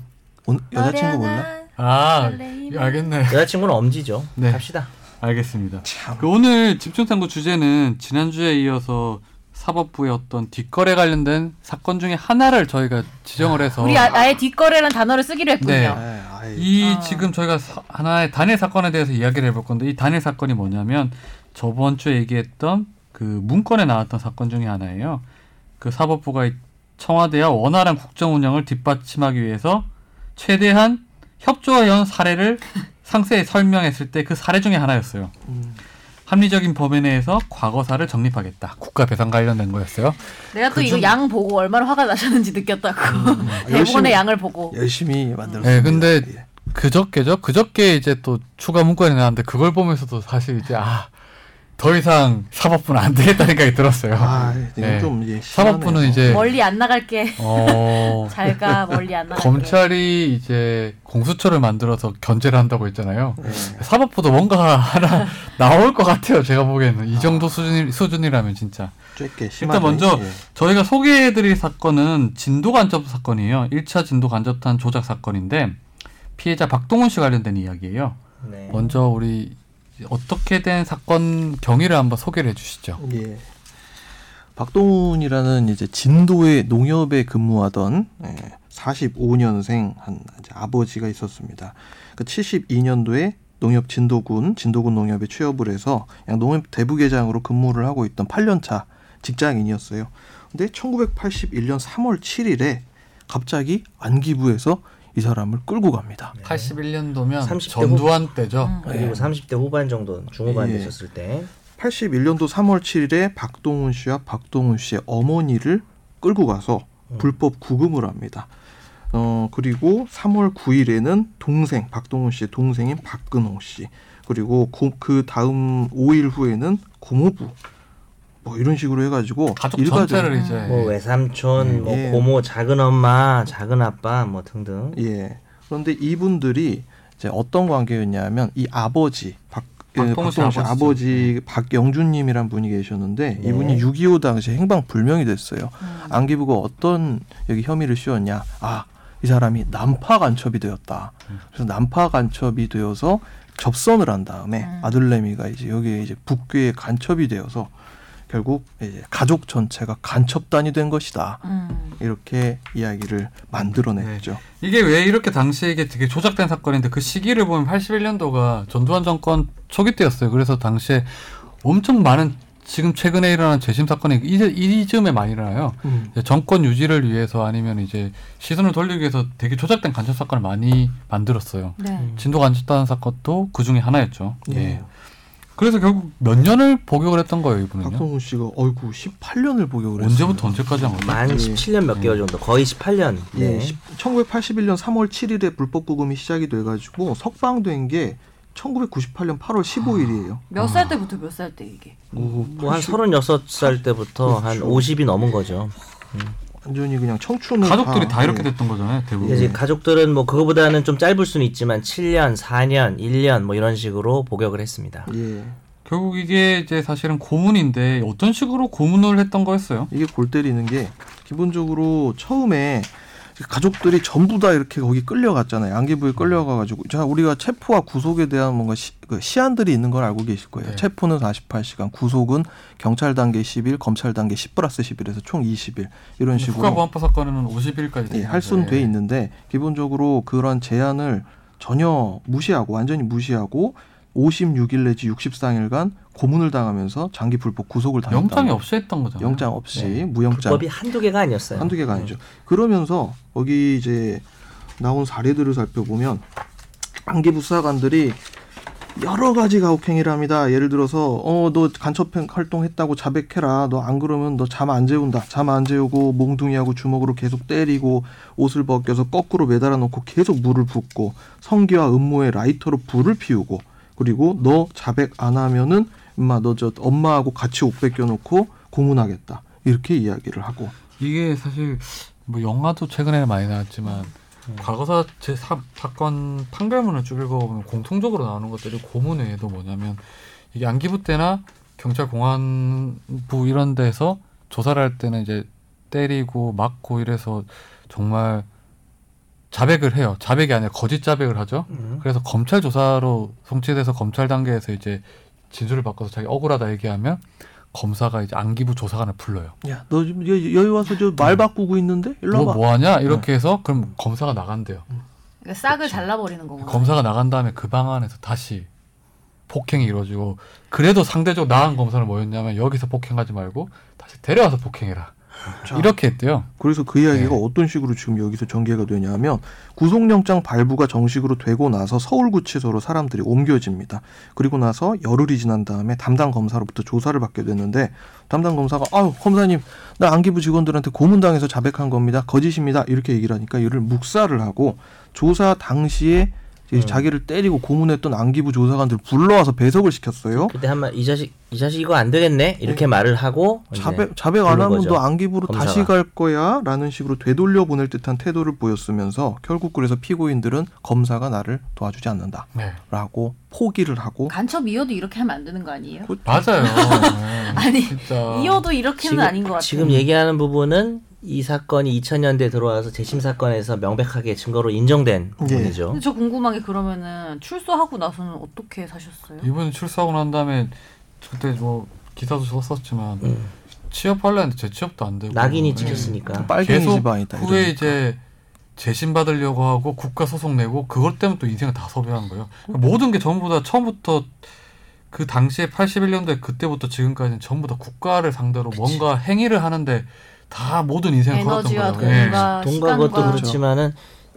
오- 여자친구 몰라? 아 알겠네. 여자친구는 엄지죠. 네. 갑시다. 알겠습니다. 그 오늘 집중탐구 주제는 지난주에 이어서 사법부의 어떤 뒷거래 관련된 사건 중에 하나를 저희가 지정을 해서 우리 아, 아예 뒷거래란 단어를 쓰기로 했군요. 네. 에이, 아이. 이 아. 지금 저희가 사- 하나의 단일 사건에 대해서 이야기를 해볼 건데 이 단일 사건이 뭐냐면 저번 주에 얘기했던 그 문건에 나왔던 사건 중에 하나예요. 그 사법부가 이 청와대와 원활한 국정 운영을 뒷받침하기 위해서 최대한 협조해온 사례를 상세히 설명했을 때 그 사례 중에 하나였어요. 음. 합리적인 범위 내에서 과거사를 정립하겠다. 국가 배상 관련된 거였어요. 내가 또 그 이거 중- 음, 양 보고 얼마나 화가 나셨는지 느꼈다고. 대본의 열심히- 양을 보고. 열심히 만들었습니다. 예. 네, 근데 그저께죠. 그저께 이제 또 추가 문건이 나왔는데 그걸 보면서도 사실 이제 아, 더 이상 사법부는 안 되겠다는 생각이 들었어요. 아, 이건 네. 좀 이제 사법부는 심하네요. 이제 멀리 안 나갈게. 어, 잘가 멀리 안 나갈게. 검찰이 이제 공수처를 만들어서 견제를 한다고 했잖아요. 네. 사법부도 뭔가 하나 나올 것 같아요. 제가 보기에는 이 정도 수준이, 수준이라면 진짜. 쬐게 심하네. 일단 먼저 예. 저희가 소개해드릴 사건은 진도 간접 사건이에요. 1차 진도 간접탄 조작 사건인데 피해자 박동훈 씨 관련된 이야기예요. 네. 먼저 우리 어떻게 된 사건 경위를 한번 소개를 해주시죠. 예. 박동훈이라는 이제 진도의 농협에 근무하던 예, 45년생 한 이제 아버지가 있었습니다. 그 72년도에 농협 진도군 진도군 농협에 취업을 해서 양 농협 대부계장으로 근무를 하고 있던 8년차 직장인이었어요. 근데 1981년 3월 7일에 갑자기 안기부에서 이 사람을 끌고 갑니다. 네. 81년도면 30대 음. 전두환 때죠. 그리고 30대 후반 정도 중후반 예. 되셨을 때 81년도 3월 7일에 박동훈 씨와 박동훈 씨의 어머니를 끌고 가서 어. 불법 구금을 합니다. 어, 그리고 3월 9일에는 동생, 박동훈 씨의 동생인 박근홍 씨, 그리고 고- 그 다음 5일 후에는 고모부, 뭐 이런 식으로 해가지고 가족 일가족- 전체를 이제 뭐 외삼촌, 뭐 예. 고모, 작은 엄마, 작은 아빠 뭐 등등. 예. 그런데 이분들이 이제 어떤 관계였냐면 이 아버지 박 예, 박동훈 씨 박동훈 씨 아버지죠. 네. 아버지 박영준님이란 분이 계셨는데 이분이 6.25 당시에 행방 불명이 됐어요. 음. 안기부가 어떤 여기 혐의를 씌웠냐? 아, 이 사람이 난파 간첩이 되었다. 그래서 난파 간첩이 되어서 접선을 한 다음에 아들내미가 이제 여기에 이제 북괴의 간첩이 되어서 결국 이제 가족 전체가 간첩단이 된 것이다. 음. 이렇게 이야기를 만들어냈죠. 이게 왜 이렇게 당시에 이게 되게 조작된 사건인데 그 시기를 보면 81년도가 전두환 정권 초기 때였어요. 그래서 당시에 엄청 많은 지금 최근에 일어난 재심 사건이 이, 이 즈음에 많이 일어나요. 음. 이제 정권 유지를 위해서 아니면 이제 시선을 돌리기 위해서 되게 조작된 간첩 사건을 많이 만들었어요. 네. 음. 진도 간첩단 사건도 그 중에 하나였죠. 예. 예. 그래서 결국 몇 년을 복역을 했던 거예요, 이분은요. 박성훈 씨가 어이구 18년을 복역을 했어요. 언제부터 언제까지 한 거죠? 만 17년 몇 개월 정도, 거의 18년. 예, 네. 1981년 3월 7일에 불법 구금이 시작이 돼가지고 석방된 게 1998년 8월 15일이에요. 몇 살 때부터 몇 살 때 이게? 뭐한 36살 때부터 한 그렇죠. 50이 넘은 거죠. 완전히 그냥 청춘을 가족들이 다 이렇게 예. 됐던 거잖아요, 대부분. 근데 이제 가족들은 뭐 그거보다는 좀 짧을 수는 있지만 7년, 4년, 1년 뭐 이런 식으로 복역을 했습니다. 예, 결국 이게 이제 사실은 고문인데 어떤 식으로 고문을 했던 거였어요? 이게 골 때리는 게 기본적으로 처음에 가족들이 전부 다 이렇게 거기 끌려갔잖아요. 안기부에 끌려가가지고 자 우리가 체포와 구속에 대한 뭔가 시, 그 시한들이 있는 걸 알고 계실 거예요. 네. 체포는 48시간, 구속은 경찰 단계 10일, 검찰 단계 10 플러스 10일에서 총 20일 이런 식으로 국가보안법 사건은 50일까지 예, 할수는돼 있 있는데 기본적으로 그런 제한을 전혀 무시하고 완전히 무시하고 56일 내지 63일간 고문을 당하면서 장기 불법 구속을 당했다. 영장이 없이 했던 거잖아요. 영장 없이 네. 무영장 불법이 한두 개가 아니었어요. 네. 한두 개가 아니죠. 그러면서 거기 이제 나온 사례들을 살펴보면 안기부 수사관들이 여러 가지 가혹행위를 합니다. 예를 들어서 어 너 간첩 활동했다고 자백해라. 너 안 그러면 너 잠 안 재운다. 잠 안 재우고 몽둥이하고 주먹으로 계속 때리고 옷을 벗겨서 거꾸로 매달아 놓고 계속 물을 붓고 성기와 음모에 라이터로 불을 피우고 그리고 너 자백 안 하면은 엄마 너 저 엄마하고 같이 옷 벗겨 놓고 고문하겠다. 이렇게 이야기를 하고 이게 사실 뭐 영화도 최근에 많이 나왔지만 과거사 제 사, 사건 판결문을 쭉 읽어보면 공통적으로 나오는 것들이 고문 외에도 뭐냐면 이게 안기부 때나 경찰 공안부 이런 데서 조사를 할 때는 이제 때리고 맞고 이래서 정말 자백을 해요. 자백이 아니라 거짓 자백을 하죠. 음. 그래서 검찰 조사로 송치돼서 검찰 단계에서 이제 진술을 바꿔서 자기 억울하다 얘기하면 검사가 이제 안기부 조사관을 불러요. 야, 너 지금 여- 여기 와서 저 말 바꾸고 있는데? 일로 너 와봐. 네. 뭐하냐 이렇게 해서 그럼 검사가 나간대요. 그러니까 싹을 잘라버리는 거구나. 검사가 나간 다음에 그 방 안에서 다시 폭행이 이루어지고 그래도 상대적으로 나은 검사는 뭐였냐면 여기서 폭행하지 말고 다시 데려와서 폭행해라 자, 이렇게 했대요. 그래서 그 이야기가 네. 어떤 식으로 지금 여기서 전개가 되냐면 구속영장 발부가 정식으로 되고 나서 서울구치소로 사람들이 옮겨집니다. 그리고 나서 열흘이 지난 다음에 담당 검사로부터 조사를 받게 됐는데 담당 검사가 아유 검사님 나 안기부 직원들한테 고문당해서 자백한 겁니다. 거짓입니다. 이렇게 얘기를 하니까 이를 묵살을 하고 조사 당시에 네. 이제 자기를 때리고 고문했던 안기부 조사관들 불러와서 배석을 시켰어요. 그때 한번 이 자식 이 자식 이거 안 되겠네 이렇게 말을 하고 이제 어. 자백 자백 안 하면 부르거죠. 너 안기부로 다시 검사가. 갈 거야라는 식으로 되돌려 보낼 듯한 태도를 보였으면서 결국 그래서 피고인들은 검사가 나를 도와주지 않는다라고 네 포기를 하고 간첩 이어도 이렇게 하면 안 되는 거 아니에요? 맞아요. 네, 아니, 진짜 이어도 이렇게는 지금- 아닌 것 같아요. 지금 얘기하는 부분은 이 사건이 2000년대 들어와서 재심 사건에서 명백하게 증거로 인정된 예. 부분이죠. 근데 저 궁금한 게 그러면은 출소하고 나서는 어떻게 사셨어요? 이분 출소하고 난 다음에 그때 뭐 기사도 썼었지만 음. 취업하려 했는데 재취업도 안 되고 네. 낙인이 음. 찍혔으니까. 빨갱이 계속 집안이다. 후에 이런. 이제 재심 받으려고 하고 국가 소송 내고 그것 때문에 또 인생을 다 섭외한 거예요. 그러니까 모든 게 전부 다 처음부터 그 당시에 81년도에 그때부터 지금까지는 전부 다 국가를 상대로 뭔가 행위를 하는데 다 모든 인생을 걸었던 에너지와 거예요. 예. 돈과 돈과 아, 시간과 그렇죠. 그것도 그렇죠. 그렇지만은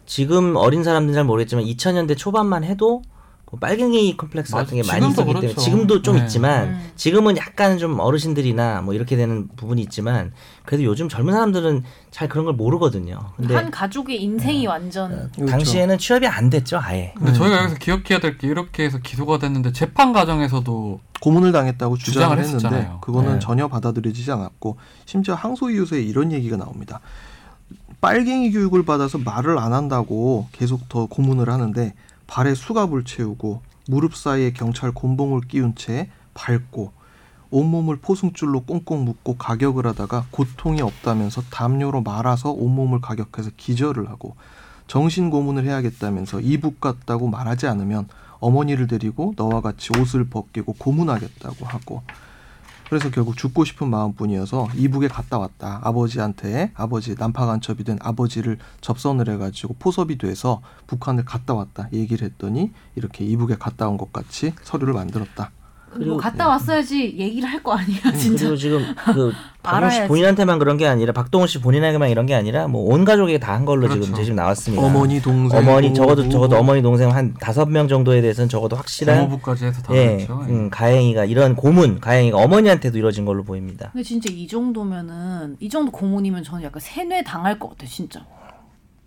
지금 어린 사람들은 잘 모르겠지만 2000년대 초반만 해도 그 빨갱이 컴플렉스 맞아. 같은 게 많이 지금도 있었기 때문에 그렇죠. 지금도 좀 네. 있지만 음. 지금은 약간 좀 어르신들이나 뭐 이렇게 되는 부분이 있지만 그래도 요즘 젊은 사람들은 잘 그런 걸 모르거든요. 근데 네. 한 가족의 인생이 어, 완전 그렇죠. 당시에는 취업이 안 됐죠, 아예. 음, 음. 근데 저희가 여기서 기억해야 될 게 이렇게 해서 기소가 됐는데 재판 과정에서도 고문을 당했다고 주장을, 주장을 했는데 했었잖아요. 그거는 네. 전혀 받아들여지지 않았고 심지어 항소 이유서에 이런 얘기가 나옵니다. 빨갱이 교육을 받아서 말을 안 한다고 계속 더 고문을 하는데 발에 수갑을 채우고 무릎 사이에 경찰 곤봉을 끼운 채 밟고 온몸을 포승줄로 꽁꽁 묶고 가격을 하다가 고통이 없다면서 담요로 말아서 온몸을 가격해서 기절을 하고 정신 고문을 해야겠다면서 이북 같다고 말하지 않으면 어머니를 데리고 너와 같이 옷을 벗기고 고문하겠다고 하고 그래서 결국 죽고 싶은 마음뿐이어서 이북에 갔다 왔다 아버지한테 아버지 난파 간첩이 된 아버지를 접선을 해가지고 포섭이 돼서 북한을 갔다 왔다 얘기를 했더니 이렇게 이북에 갔다 온 것 같이 서류를 만들었다 뭐 그리고- 네. 음, 갔다 왔어야지 얘기를 할 거 아니야 진짜 그리고 지금 그 박동훈 씨 알아야지. 본인한테만 그런 게 아니라 박동훈 씨 본인에게만 이런 게 아니라 뭐 온 가족에게 다 한 걸로 그렇죠. 지금 재심 나왔습니다. 어머니 동생 네. 어머니 부모, 적어도 부모. 적어도 어머니 동생 한 다섯 명 정도에 대해서는 적어도 확실한 법무부까지 해서 다 예, 그렇죠. 예. 음, 가행이가 이런 고문, 가행이가 어머니한테도 이뤄진 걸로 보입니다. 근데 진짜 이 정도면은 이 정도 고문이면 저는 약간 세뇌 당할 것 같아 진짜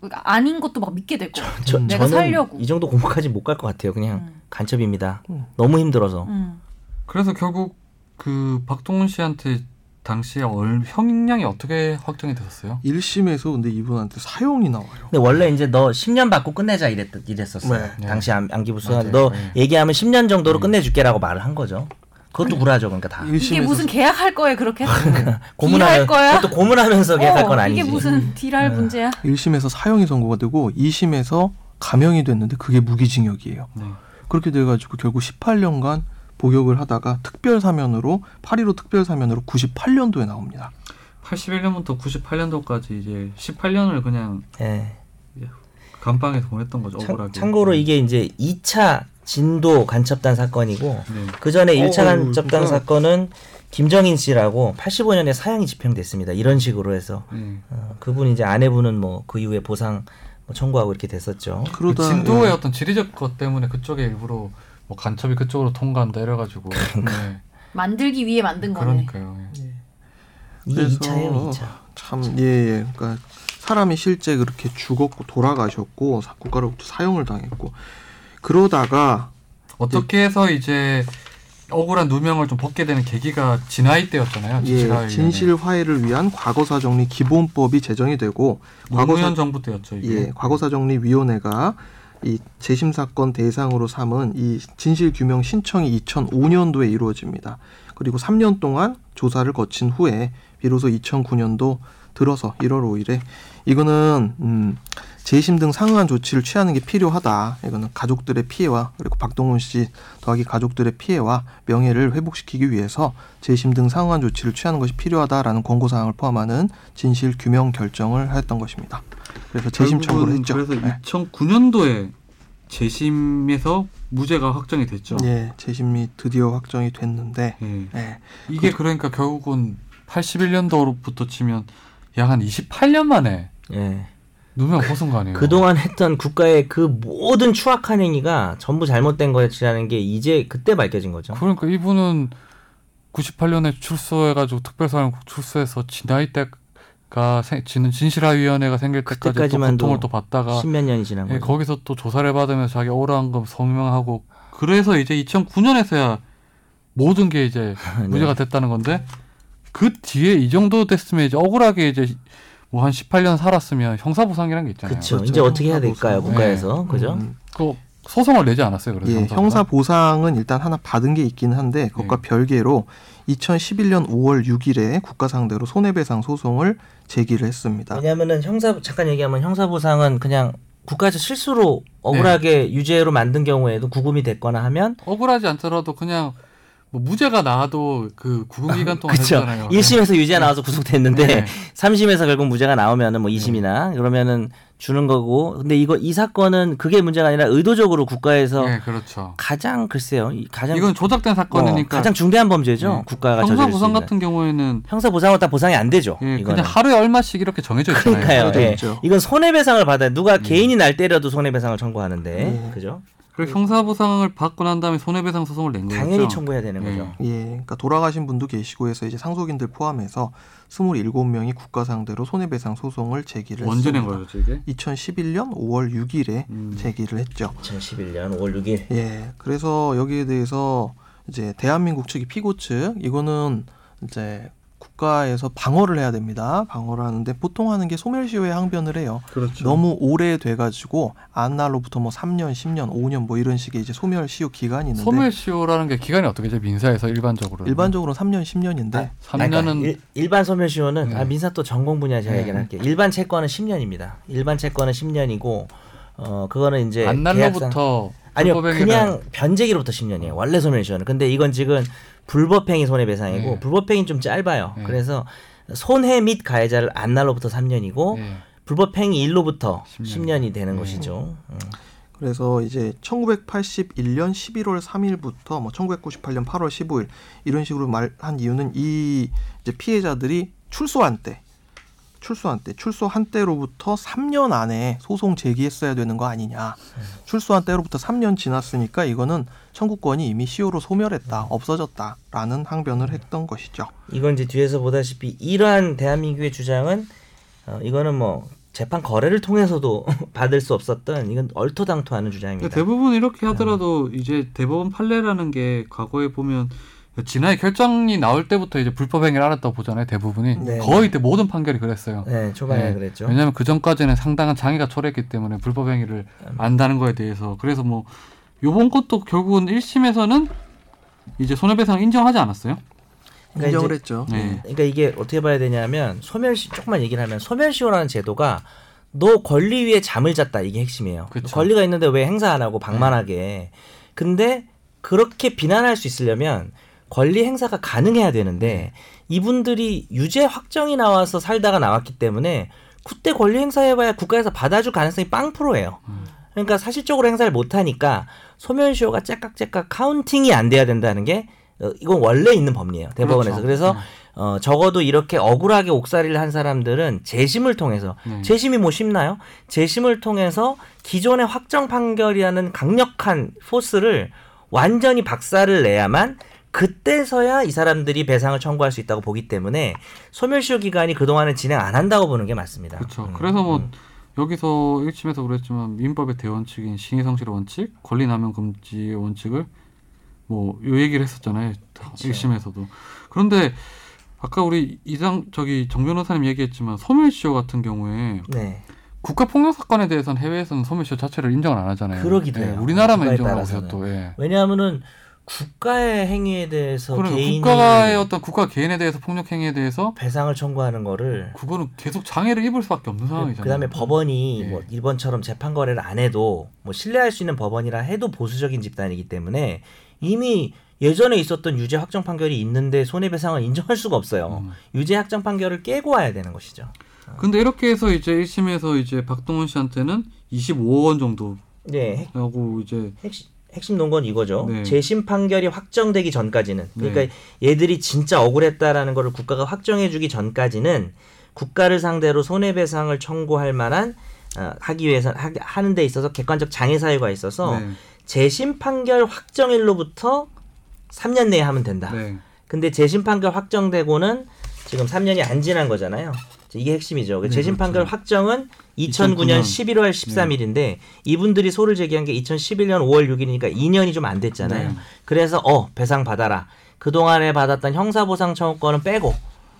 그러니까 아닌 것도 막 믿게 될거 같아 저, 음. 내가 저는 살려고 이 정도 고문까지 못 갈 것 같아요. 그냥 음. 간첩입니다. 너무 힘들어서. 음. 그래서 결국 그 박동훈 씨한테 당시에 얼, 형량이 어떻게 확정이 됐었어요? 1심에서 근데 이분한테 사형이 나와요 근데 원래 이제 너 10년 받고 끝내자 이랬, 이랬었어요. 네. 당시 안, 안기부수가 맞아요. 너 네. 음. 얘기하면 10년 정도로 끝내줄게라고 말을 한 거죠. 그것도 굴하죠, 그러니까 다. 이게 1심에서 무슨 계약할 거에 그렇게 했어 고문하면 딜할 거야? 그것도 고문하면서 계약할 건 어, 아니지. 이게 무슨 딜할 문제야 1심에서 사형이 선고가 되고 2심에서 감형이 됐는데 그게 무기징역이에요 네. 그렇게 돼가지고 결국 18년간 복역을 하다가 특별 사면으로 8.15 특별 사면으로 98년도에 나옵니다. 81년부터 98년도까지 이제 18년을 그냥 예. 감방에서 보냈던 거죠. 참, 억울하게. 참고로 이게 이제 2차 진도 간첩단 사건이고 네. 그 전에 1차 어우, 간첩단 진짜. 사건은 김정인 씨라고 85년에 사형이 집행됐습니다. 이런 식으로 해서 네. 어, 그분 이제 아내분은 뭐 그 이후에 보상 뭐 청구하고 이렇게 됐었죠. 그 그러다 진도의 예, 어떤 지리적 것 때문에 그쪽에 일부러 뭐 간첩이 그쪽으로 통과한다 이래가지고 네. 만들기 위해 만든 거네 그러니까요. 예. 이게 그래서- 2차예요, 2차. 참 예예 그러니까 사람이 실제 그렇게 죽었고 돌아가셨고 사- 국가로부터 사형을 당했고 그러다가 어떻게 해서 이제 억울한 누명을 좀 벗게 되는 계기가 진화이 때였잖아요. 예, 진실화위원회. 진실 화해를 위한 과거사 정리 기본법이 제정이 되고 과거사 노무현 정부 때였죠. 이게. 예, 과거사정리위원회가 이 재심 사건 대상으로 삼은 이 진실 규명 신청이 2005년도에 이루어집니다. 그리고 3년 동안 조사를 거친 후에 비로소 2009년도 들어서 1월 5일에 이거는 음, 재심 등 상응한 조치를 취하는 게 필요하다. 이거는 가족들의 피해와 그리고 박동훈 씨 더하기 가족들의 피해와 명예를 회복시키기 위해서 재심 등 상응한 조치를 취하는 것이 필요하다라는 권고 사항을 포함하는 진실 규명 결정을 하였던 것입니다. 그래서 재심 청구를 결국은 했죠. 그래서 네. 2009년도에 재심에서 무죄가 확정이 됐죠. 예, 재심이 드디어 확정이 됐는데 예. 예, 이게 그- 그러니까 결국은 81년도로부터 치면 약 한 28년 만에 예. 누명 벗은 거 음. 아니에요? 그동안 했던 국가의 그 모든 추악한 행위가 전부 잘못된 거였다는 게 이제 그때 밝혀진 거죠. 그러니까 이분은 98년에 출소해가지고 특별사령국 출소해서 지나이 때가 생- 지는 진실화위원회가 생길 때까지 또 그때까지만도 고통을 또 그러니까 받다가 십몇 년이 지난 예, 거죠. 거기서 또 조사를 받으면서 자기 억울한 거 성명하고 그래서 이제 2009년에서야 모든 게 이제 네. 무죄가 됐다는 건데 그 뒤에 이 정도 됐으면 이제 억울하게 이제 뭐 한 18년 살았으면 형사보상이라는 게 있잖아요. 그렇죠. 그렇죠. 이제 어떻게 해야 될까요, 네. 국가에서 그죠? 음, 그 소송을 내지 않았어요. 그래서 예, 형사보상. 형사 보상은 일단 하나 받은 게 있긴 한데 그것과 예. 별개로 2011년 5월 6일에 국가 상대로 손해배상 소송을 제기를 했습니다. 왜냐면은 형사 잠깐 얘기하면 형사 보상은 그냥 국가에서 실수로 네. 억울하게 유죄로 만든 경우에도 구금이 됐거나 하면 억울하지 않더라도 그냥 뭐 무죄가 나와도 그 구금 기간 동안 그쵸. 했잖아요. 1심에서 유죄 나와서 구속됐는데 네. 삼 3심에서 결국 무죄가 나오면은 뭐 2심이나 그러면은 주는 거고 근데 이거 이 사건은 그게 문제가 아니라 의도적으로 국가에서 네, 그렇죠. 가장 글쎄요. 이 가장 이건 조작된 어, 사건이니까 가장 중대한 범죄죠. 네. 국가가 형사 저지를 수 구성 있는. 같은 경우에는 형사 보상은 다 보상이 안 되죠. 예, 이거는. 그냥 하루에 얼마씩 이렇게 정해져 있잖아요. 네. 그러니까요. 그래도 예. 있죠. 이건 손해배상을 받아요. 누가 개인이 날 때려도 손해배상을 청구하는데, 그죠? 그리고 형사 보상을 받고 난 다음에 손해배상 소송을 낸 거죠. 당연히 청구해야 되는 거죠. 예. 예, 그러니까 돌아가신 분도 계시고 해서 이제 상속인들 포함해서 27명이 국가 상대로 손해배상 소송을 제기를 언제 낸 했습니다. 거죠, 이게? 2011년 5월 6일에 음. 제기를 했죠. 2011년 5월 6일. 예, 그래서 여기에 대해서 이제 대한민국 측이 피고 측 이거는 이제 국가에서 방어를 해야 됩니다. 방어를 하는데 보통 하는 게 소멸시효에 항변을 해요. 그렇죠. 너무 오래 돼가지고 안 날로부터 뭐 3년, 10년, 5년 뭐 이런 식의 이제 소멸시효 기간이 있는데 소멸시효라는 게 기간이 어떻게 되죠? 민사에서 일반적으로. 일반적으로 3년, 네. 10년인데 아, 3년은 일, 일반 소멸시효는 네. 아, 민사 또 전공 분야 제가 네. 얘기할게요. 일반 채권은 10년입니다. 일반 채권은 10년이고 어 그거는 이제 안 계약상- 날로부터 아니요 불법행위를- 그냥 변제기로부터 10년이에요. 원래 소멸시효는. 근데 이건 지금 불법행위 손해배상이고 네. 불법행위 좀 짧아요. 네. 그래서 손해 및 가해자를 안 날로부터 3년이고 예. 불법행위 일로부터 10년. 10년이 되는 것이죠. 음. 그래서 이제 1981년 11월 3일부터 뭐 1998년 8월 15일 이런 식으로 말한 이유는 이 이제 피해자들이 출소한 때 출소한 때 출소한 때로부터 3년 안에 소송 제기했어야 되는 거 아니냐. 네. 출소한 때로부터 3년 지났으니까 이거는 청구권이 이미 시효로 네. 소멸했다. 없어졌다라는 항변을 했던 것이죠. 이건 이제 뒤에서 보다시피 이러한 대한민국의 주장은 어, 이거는 뭐 재판 거래를 통해서도 받을 수 없었던 이건 얼토당토하는 근데 주장입니다. 그러니까 대부분 이렇게 하더라도 이제 대법원 판례라는 게 과거에 보면 지난해 결정이 나올 때부터 이제 불법행위를 알았다고 보잖아요. 대부분이 네. 거의 대- 모든 판결이 그랬어요. 네, 초반에 네. 그랬죠. 왜냐하면 그 전까지는 상당한 장애가 초래했기 때문에 불법행위를 음. 안다는 거에 대해서 그래서 뭐 요번 것도 결국은 1심에서는 이제 손해배상 인정하지 않았어요? 그러니까 인정을 이제- 했죠. 네. 그러니까 이게 어떻게 봐야 되냐면 소멸시 조금만 얘기를 하면 소멸시효라는 제도가 너 권리 위에 잠을 잤다 이게 핵심이에요. 그쵸. 네. 권리가 있는데 왜 행사 안 하고 방만하게? 근데 그렇게 비난할 수 있으려면 권리 행사가 가능해야 네. 되는데 이분들이 유죄 확정이 나와서 살다가 나왔기 때문에 그때 권리 행사해봐야 국가에서 받아줄 가능성이 빵 프로예요. 음. 그러니까 사실적으로 행사를 못하니까 소멸시효가 째깍째깍 카운팅이 안 돼야 된다는 게 어, 이건 원래 있는 법리예요 대법원에서 그렇죠. 그래서 어, 적어도 이렇게 억울하게 옥살이를 한 사람들은 재심을 통해서 네. 재심이 뭐 쉽나요? 재심을 통해서 기존의 확정 판결이라는 강력한 포스를 완전히 박살을 내야만 그때서야 이 사람들이 배상을 청구할 수 있다고 보기 때문에 소멸시효 기간이 그동안은 진행 안 한다고 보는 게 맞습니다. 그렇죠. 음. 그래서 뭐 여기서 1심에서 그랬지만 민법의 대원칙인 신의성실의 원칙, 권리남용 금지의 원칙을 뭐 요 얘기를 했었잖아요. 그렇죠. 1심에서도. 그런데 아까 우리 이상 저기 정 변호사님 얘기했지만 소멸시효 같은 경우에 네. 국가 폭력 사건에 대해서는 해외에서는 소멸시효 자체를 인정을 안 하잖아요. 그러기도 예, 해요. 우리나라만 국가에 인정을 따라서는. 하고요 또. 예. 왜냐하면은 국가의 행위에 대해서 그러니까 개인이 국가의 어떤 국가 개인에 대해서 폭력 행위에 대해서 배상을 청구하는 거를 그거는 계속 장애를 입을 수밖에 없는 상황이잖아요. 네, 그다음에 법원이 예. 뭐 일본처럼 재판 거래를 안 해도 뭐 신뢰할 수 있는 법원이라 해도 보수적인 집단이기 때문에 이미 예전에 있었던 유죄 확정 판결이 있는데 손해배상을 인정할 수가 없어요. 음. 유죄 확정 판결을 깨고 와야 되는 것이죠. 근데 이렇게 해서 이제 1심에서 이제 박동원 씨한테는 25억 원 정도 네, 핵- 하고 이제 핵심, 핵심 논건 이거죠. 네. 재심 판결이 확정되기 전까지는 그러니까 네. 얘들이 진짜 억울했다라는 거를 국가가 확정해주기 전까지는 국가를 상대로 손해배상을 청구할 만한 어, 하기 위해서 하, 하는 데 있어서 객관적 장애 사유가 있어서 네, 재심 판결 확정일로부터 3년 내에 하면 된다. 네. 근데 재심 판결 확정되고는 지금 3년이 안 지난 거잖아요. 이게 핵심이죠. 네, 재심 판결 그렇죠. 네. 확정은 2009년 11월 13일인데 이분들이 소를 제기한 게 2011년 5월 6일이니까 2년이 좀 안 됐잖아요. 네. 그래서 어 배상 받아라. 그 동안에 받았던 형사보상 청구권은 빼고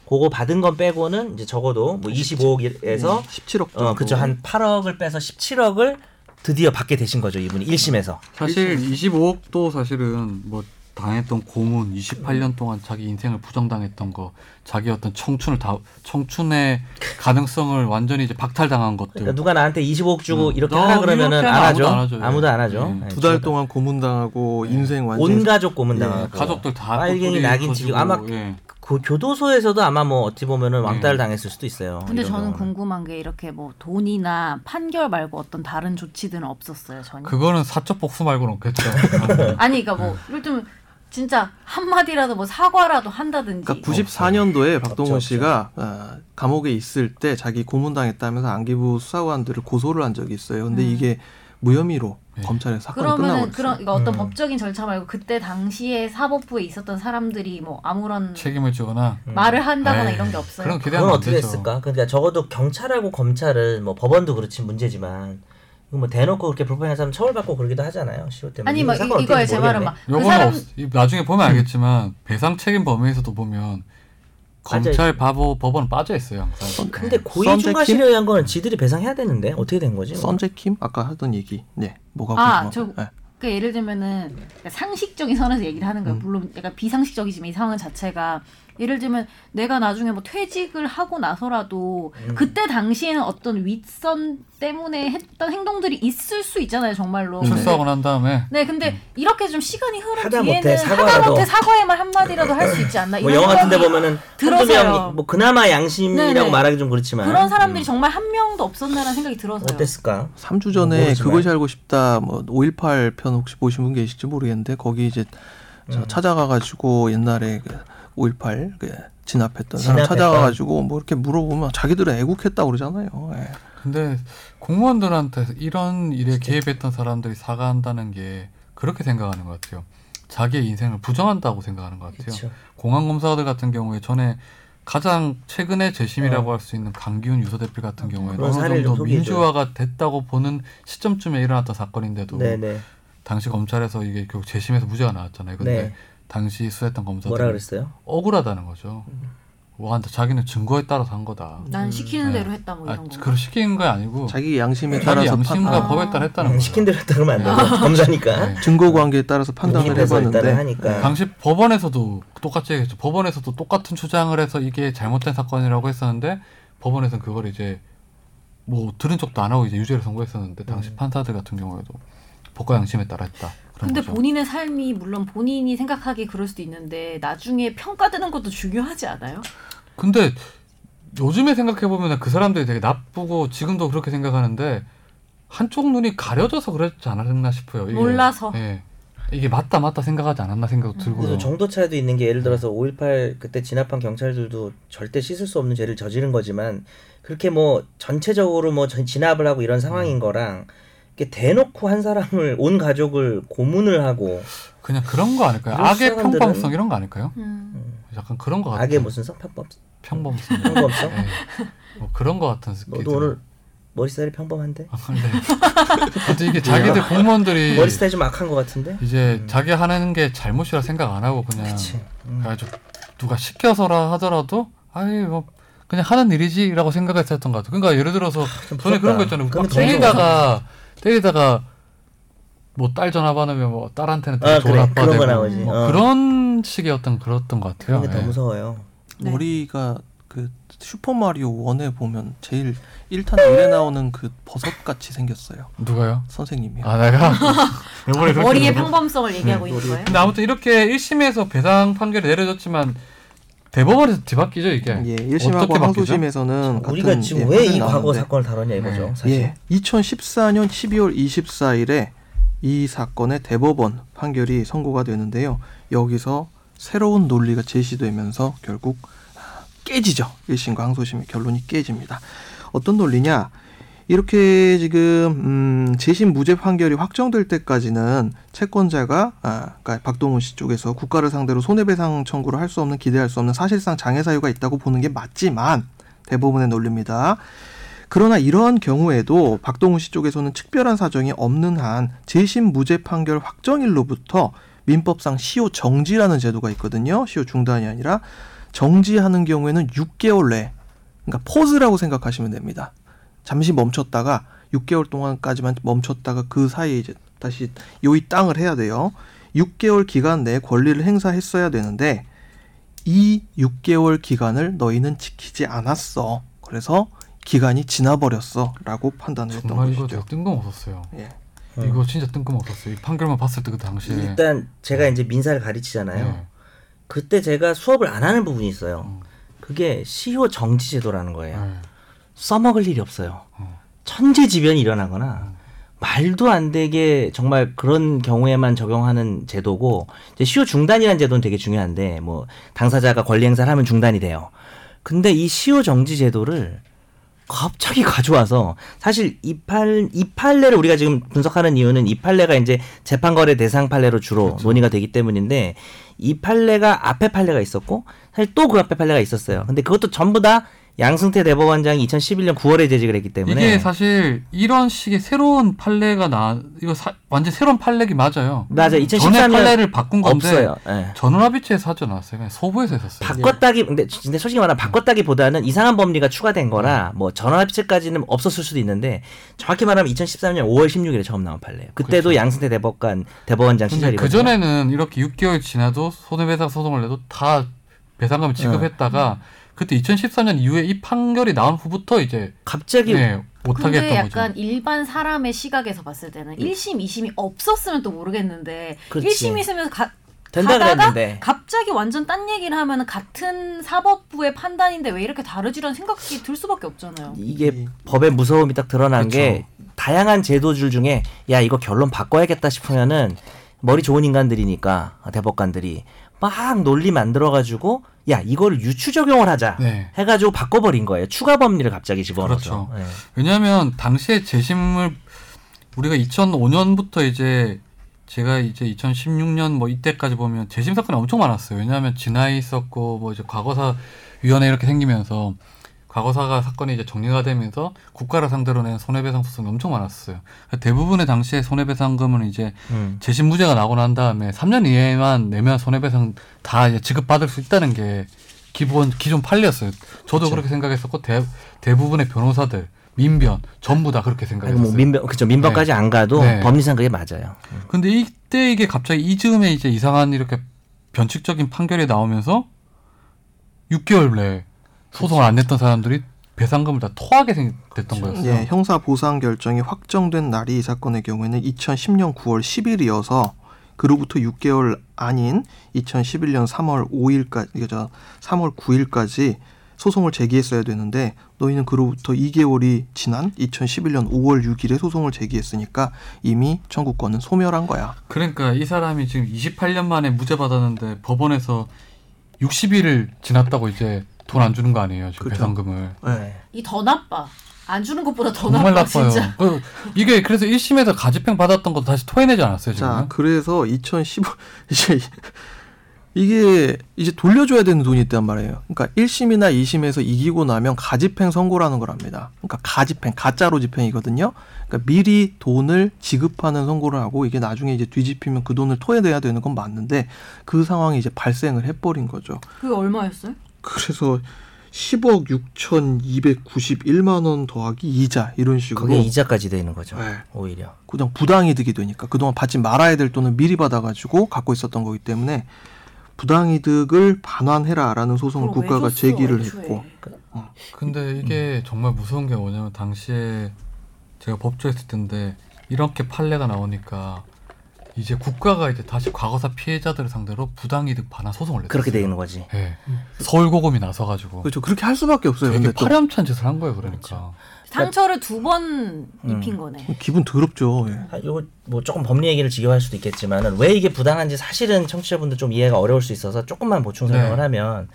그거 받은 건 빼고는 이제 적어도 뭐 25억에서 네. 17억 정도. 그렇죠. 어 그쵸 한 8억을 빼서 네. 17억을 드디어 받게 되신 거죠 이분이 1심에서 사실 25억도 사실은 뭐 당했던 고문 28년 동안 자기 인생을 부정당했던 거 자기 어떤 청춘을 다 청춘의 가능성을 완전히 이제 박탈당한 것들 네. 그러니까 누가 나한테 25억 주고 음. 어, 이렇게 너 하라 그러면은 이렇게 안 하면 하죠. 아무도 안 하죠, 예. 아무도 안 하죠. 음. 예, 두 달 진짜. 동안 고문당하고 인생 완전 네. 온 가족 고문당하고 네, 가족들 다 빨갱이 꼬투리 낙인 쳐지고, 찍고 아마 예. 그 교도소에서도 아마 뭐 어찌 보면은 왕따를 예. 당했을 수도 있어요. 근데 이런 저는 경우는. 궁금한 게 이렇게 뭐 돈이나 판결 말고 어떤 다른 조치들은 없었어요 전혀. 그거는 사적 복수 말고는 없겠죠. 아니 그러니까 뭐 예를 들면 진짜 한 마디라도 뭐 사과라도 한다든지. 그러니까 94년도에 박동원 없죠. 씨가 어, 감옥에 있을 때 자기 고문당했다면서 안기부 수사관들을 고소를 한 적이 있어요. 근데 음. 이게 무혐의로 네. 검찰에 서 사건이 그러면은 끝나버렸어요. 그런 그러니까 어떤 음. 법적인 절차 말고 그때 당시에 사법부에 있었던 사람들이 뭐 아무런 책임을 지거나 말을 한다거나 에이, 이런 게 음. 네. 없어요. 그런 기대하면 그건 안 어떻게 되죠. 했을까? 그러니까 적어도 경찰하고 검찰은 뭐 법원도 그렇지 문제지만 이거 뭐 대놓고 그렇게 불법행위 사람 처벌받고 그러기도 하잖아요. 시호 때문에 아니 이거 막 사건 뭐 이- 이거에 어떻게 제 말은 모르겠네. 막 그 요거는 사람 음. 없- 이- 나중에 보면 알겠지만 배상 책임 범위에서도 보면 검찰 바보 법원 빠져 있어요 항상. 근데 고의 썬데킴? 중과실에 의한 거는 지들이 배상해야 되는데 어떻게 된 거지? 썬제킴 아까 하던 얘기. 네, 뭐가 아, 궁금하고. 저- 네. 그 예를 들면은 그러니까 상식적인 선에서 얘기를 하는 거예요. 음. 물론 약간 비상식적이지만 이 상황 자체가 예를 들면 내가 나중에 뭐 퇴직을 하고 나서라도 음. 그때 당시에는 어떤 윗선 때문에 했던 행동들이 있을 수 있잖아요, 정말로. 음. 근데 출석을 한 다음에 네, 근데 이렇게 좀 시간이 흐른 하다 뒤에는 못해 사과라도. 하다못해 사과의 말 한마디라도 할 수 있지 않나. 뭐 이런 영화 같은데 아, 생각이- 보면은 한두 들어서요. 명뭐 그나마 양심이라고 네네. 말하기 좀 그렇지만 음. 그런 사람들이 정말 한 명도 없었나라는 생각이 들어서요. 어땠을까? 3주 전에 모르지만. 그것이 알고 싶다 뭐 5.18 편 혹시 보신 분 계실지 모르겠는데 거기 이제 저 찾아가가지고 옛날에 그 그5.18 그 진압했던 사람 진압했던. 찾아가가지고 뭐 이렇게 물어보면 자기들은 애국했다 고 그러잖아요. 예. 근데 음. 공무원들한테 이런 일에 개입했던 사람들이 사과한다는 게 그렇게 생각하는 것 같아요. 자기의 인생을 부정한다고 생각하는 것 같아요. 그렇죠. 공항 검사들 같은 경우에 전에 가장 최근에 재심이라고 할 수 있는 강기훈 유서대필 같은 경우에 네. 그런 어느 사례를 좀 정도 소개해줘요. 민주화가 됐다고 보는 시점쯤에 일어났던 사건인데도 네네. 당시 검찰에서 이게 결국 재심에서 무죄가 나왔잖아요. 근데 네. 당시 수사했던 뭐라 검사들이 그랬어요? 음. 억울하다는 거죠. 와, 자기는 증거에 따라서 한 거다. 난 음. 시키는 네. 대로 했다 뭐 아, 이런 거. 그걸 시킨 거 아니고 자기 양심에 어. 자기 따라서 양심과 판- 법에 따라 했다는 거예요. 아. 네, 음, 시킨 대로 했다 그러면 안 되고 검사니까 네. 증거 관계에 따라서 판단을 기입해서 일단은 해봤는데 하니까 당시 법원에서도 똑같이 얘기했죠. 법원에서도 똑같은 주장을 해서 이게 잘못된 사건이라고 했었는데 법원에서는 그걸 이제 뭐 들은 척도 안 하고 이제 유죄를 선고했었는데 당시 음. 판사들 같은 경우에도 법과 양심에 따라 했다. 그런 근데 거죠. 본인의 삶이 물론 본인이 생각하기에 그럴 수도 있는데 나중에 평가되는 것도 중요하지 않아요? 근데 요즘에 생각해 보면 그 사람들이 되게 나쁘고 지금도 그렇게 생각하는데 한쪽 눈이 가려져서 그랬지 않았나 싶어요. 이게. 몰라서. 예. 이게 맞다 맞다 생각하지 않았나 생각도 들고요. 그래서 음. 정도 차이도 있는 게 예를 들어서 5.18 그때 진압한 경찰들도 절대 씻을 수 없는 죄를 저지른 거지만 그렇게 뭐 전체적으로 뭐 전- 진압을 하고 이런 음. 상황인 거랑 이렇게 대놓고 한 사람을 온 가족을 고문을 하고 그냥 그런 거 아닐까요? 이런 악의 사람들은- 평범성 이런 거 아닐까요? 음. 약간 그런 거 같아요. 네. 악의 무슨 성편법 평범성. 평범성? 예. 뭐 그런 거 같은 스킬. 너도 오늘 머리 스타일이 평범한데 근데 이게 자기들 공무원들이 머리 스타일 좀 악한 것 같은데 이제 자기 하는 게 잘못이라 생각 안 하고 그냥 그치 음. 그래가지고 누가 시켜서라 하더라도 아이 뭐 그냥 하는 일이지라고 생각했었던 것 같아요. 그러니까 예를 들어서 좀 전에 그런 부럽다. 거 있잖아요. 막 그런 거 되게 때리다가 때리다가 뭐 딸 전화 받으면 뭐 딸한테는 되게 아, 좋은 그래. 아빠 그런 거 되고 나오지. 뭐 어. 그런 식의 어떤 그랬던 것 같아요. 그런 게 더 예. 무서워요 네. 머리가 그 슈퍼 마리오 1에 보면 제일 1탄 1에 나오는 그 버섯 같이 생겼어요. 누가요? 선생님이. 요 아 내가 요번에 그렇게 머리의 되고. 평범성을 얘기하고 있는 거예요? 근데 아무튼 이렇게 1심에서 배상 판결이 내려졌지만 대법원에서 뒤바뀌죠 이게. 예, 네. 어떻게 1심하고 바뀌죠? 항소심에서는 같은 우리가 지금 예, 왜 이 판결이 과거 나왔는데 사건을 다루냐 이거죠 네. 사실 예, 2014년 12월 24일에 이 사건의 대법원 판결이 선고가 되는데요. 여기서 새로운 논리가 제시되면서 결국 깨지죠. 1심과 항소심의 결론이 깨집니다. 어떤 논리냐? 이렇게 지금 음, 재심 무죄 판결이 확정될 때까지는 채권자가 아, 그러니까 박동훈 씨 쪽에서 국가를 상대로 손해배상 청구를 할 수 없는 기대할 수 없는 사실상 장애 사유가 있다고 보는 게 맞지만 대부분의 논리입니다. 그러나 이러한 경우에도 박동훈 씨 쪽에서는 특별한 사정이 없는 한 재심 무죄 판결 확정일로부터 민법상 시효 정지라는 제도가 있거든요. 시효 중단이 아니라 정지하는 경우에는 6개월 내, 그러니까 포즈라고 생각하시면 됩니다. 잠시 멈췄다가 6개월 동안까지만 멈췄다가 그 사이에 이제 다시 요이 땅을 해야 돼요. 6개월 기간 내에 권리를 행사했어야 되는데 이 6개월 기간을 너희는 지키지 않았어. 그래서 기간이 지나버렸어라고 판단했던 정말 이거 것이죠. 되게 뜬금없었어요. 예. 음. 이거 진짜 뜬금없었어요. 이 판결만 봤을 때 그 당시에 일단 제가 이제 민사를 가르치잖아요. 예. 그때 제가 수업을 안 하는 부분이 있어요. 음. 그게 시효 정지 제도라는 거예요. 예. 써먹을 일이 없어요. 어. 천재지변이 일어나거나 말도 안 되게 정말 그런 경우에만 적용하는 제도고 이제 시효 중단이라는 제도는 되게 중요한데 뭐 당사자가 권리 행사를 하면 중단이 돼요. 근데 이 시효 정지 제도를 갑자기 가져와서 사실 이 팔 이 판례를 우리가 지금 분석하는 이유는 이 판례가 이제 재판 거래 대상 판례로 주로 그렇죠. 논의가 되기 때문인데 이 판례가 앞에 판례가 있었고 사실 또 그 앞에 판례가 있었어요. 근데 그것도 전부 다 양승태 대법원장이 2011년 9월에 재직을 했기 때문에 이게 사실 이런 식의 새로운 판례가 나 이거 사- 완전 새로운 판례기 맞아요. 맞아 음, 전에 네, 2013년 판례를 바꾼 건데 없어요. 예. 전원합의체에서 하지 않았어요. 그냥 소부에서 했었어요. 바꿨다기 근데, 근데 솔직히 말하면 바꿨다기보다는 이상한 법리가 추가된 거라 음. 뭐 전원합체까지는 없었을 수도 있는데 정확히 말하면 2013년 5월 16일에 처음 나온 판례예요. 그때도 그렇죠. 양승태 대법관 대법원장 근데 시절이거든요. 그 전에는 이렇게 6개월 지나도 손해배상 소송을 내도 다 배상금 네. 지급했다가 그때 2013년 이후에 이 판결이 나온 후부터 이제 갑자기 네, 못하게 근데 했던 약간 거죠. 일반 사람의 시각에서 봤을 때는 1심, 2심이 없었으면 또 모르겠는데 그렇지. 1심, 2심에서 가, 된다 가다가 그랬는데 갑자기 완전 딴 얘기를 하면 같은 사법부의 판단인데 왜 이렇게 다르지라는 생각이 들 수밖에 없잖아요. 이게 법의 무서움이 딱 드러난 그쵸. 게 다양한 제도줄 중에 야 이거 결론 바꿔야겠다 싶으면은 머리 좋은 인간들이니까 아, 대법관들이 막 논리 만들어가지고 야 이거를 유추 적용을 하자 네. 해가지고 바꿔버린 거예요. 추가 법리를 갑자기 집어넣었죠. 예. 왜냐하면 당시에 재심을 우리가 2005년부터 이제 제가 이제 2016년 뭐 이때까지 보면 재심 사건이 엄청 많았어요. 왜냐하면 진화이 있었고 뭐 이제 과거사 위원회 이렇게 생기면서 과거사가 사건이 이제 정리가 되면서 국가를 상대로 낸 손해배상 소송이 엄청 많았어요. 대부분의 당시에 손해배상금은 이제 음. 재심 무죄가 나고 난 다음에 3년 이내만 내면 손해배상 다 이제 지급받을 수 있다는 게 기본 기존 판례였어요. 저도 그렇게 생각했었고 대, 대부분의 변호사들 민변 전부 다 그렇게 아니, 뭐 생각했어요. 민법 그죠 민법까지 안 가도 네. 법리상 그게 맞아요. 근데 이때 이게 갑자기 이즈음에 이제 이상한 이렇게 변칙적인 판결이 나오면서 6개월 내에 소송을 안 냈던 사람들이 배상금을 다 토하게 생- 됐던 거였어요. 예, 형사 보상 결정이 확정된 날이 이 사건의 경우에는 2010년 9월 10일이어서 그로부터 6개월 아닌 2011년 3월 5일까지 이게 저 3월 9일까지 소송을 제기했어야 되는데 너희는 그로부터 2개월이 지난 2011년 5월 6일에 소송을 제기했으니까 이미 청구권은 소멸한 거야. 그러니까 이 사람이 지금 28년 만에 무죄 받았는데 법원에서 60일을 지났다고 이제 돈 안 주는 거 아니에요? 지금 그렇죠. 배상금을. 예. 이 더 나빠. 안 주는 것보다 더 정말 나빠 나빠요. 진짜. 그, 이게 그래서 1심에서 가지평 받았던 것도 다시 토해내지 않았어요, 자, 그렇죠. 지금? 그래서 2015 이제 이게 이제 돌려줘야 되는 돈이 있단 말이에요. 그러니까 1심이나 2심에서 이기고 나면 가집행 선고라는 거랍니다. 그러니까 가집행, 가짜로 집행이거든요. 그러니까 미리 돈을 지급하는 선고를 하고 이게 나중에 이제 뒤집히면 그 돈을 토해내야 되는 건 맞는데 그 상황이 이제 발생을 해버린 거죠. 그게 얼마였어요? 그래서 10억 6,291만 원 더하기 이자 이런 식으로 그게 이자까지 되는 거죠. 네. 오히려 그냥 부당이득이 되니까 그동안 받지 말아야 될 돈을 미리 받아가지고 갖고 있었던 거기 때문에 부당이득을 반환해라라는 소송을 그걸 왜 국가가 줬어, 제기를 애초에? 했고 근데 이게 음. 정말 무서운 게 뭐냐면 당시에 제가 법조했을 텐데 이렇게 판례가 나오니까 이제 국가가 이제 다시 과거사 피해자들을 상대로 부당이득 반환 소송을 냈어요. 그렇게 되는 거지. 예. 서울고검이 나서가지고 그렇죠 그렇게 할 수밖에 없어요. 되게 근데 또 그렇죠. 파렴치한 짓을 한 거예요, 그러니까. 상처를 두 번 입힌 거네. 기분 더럽죠. 예. 아, 요거 뭐 조금 법리 얘기를 지겨할 수도 있겠지만은 왜 이게 부당한지 사실은 청취자분들 좀 이해가 어려울 수 있어서 조금만 보충 설명을 네. 하면 하면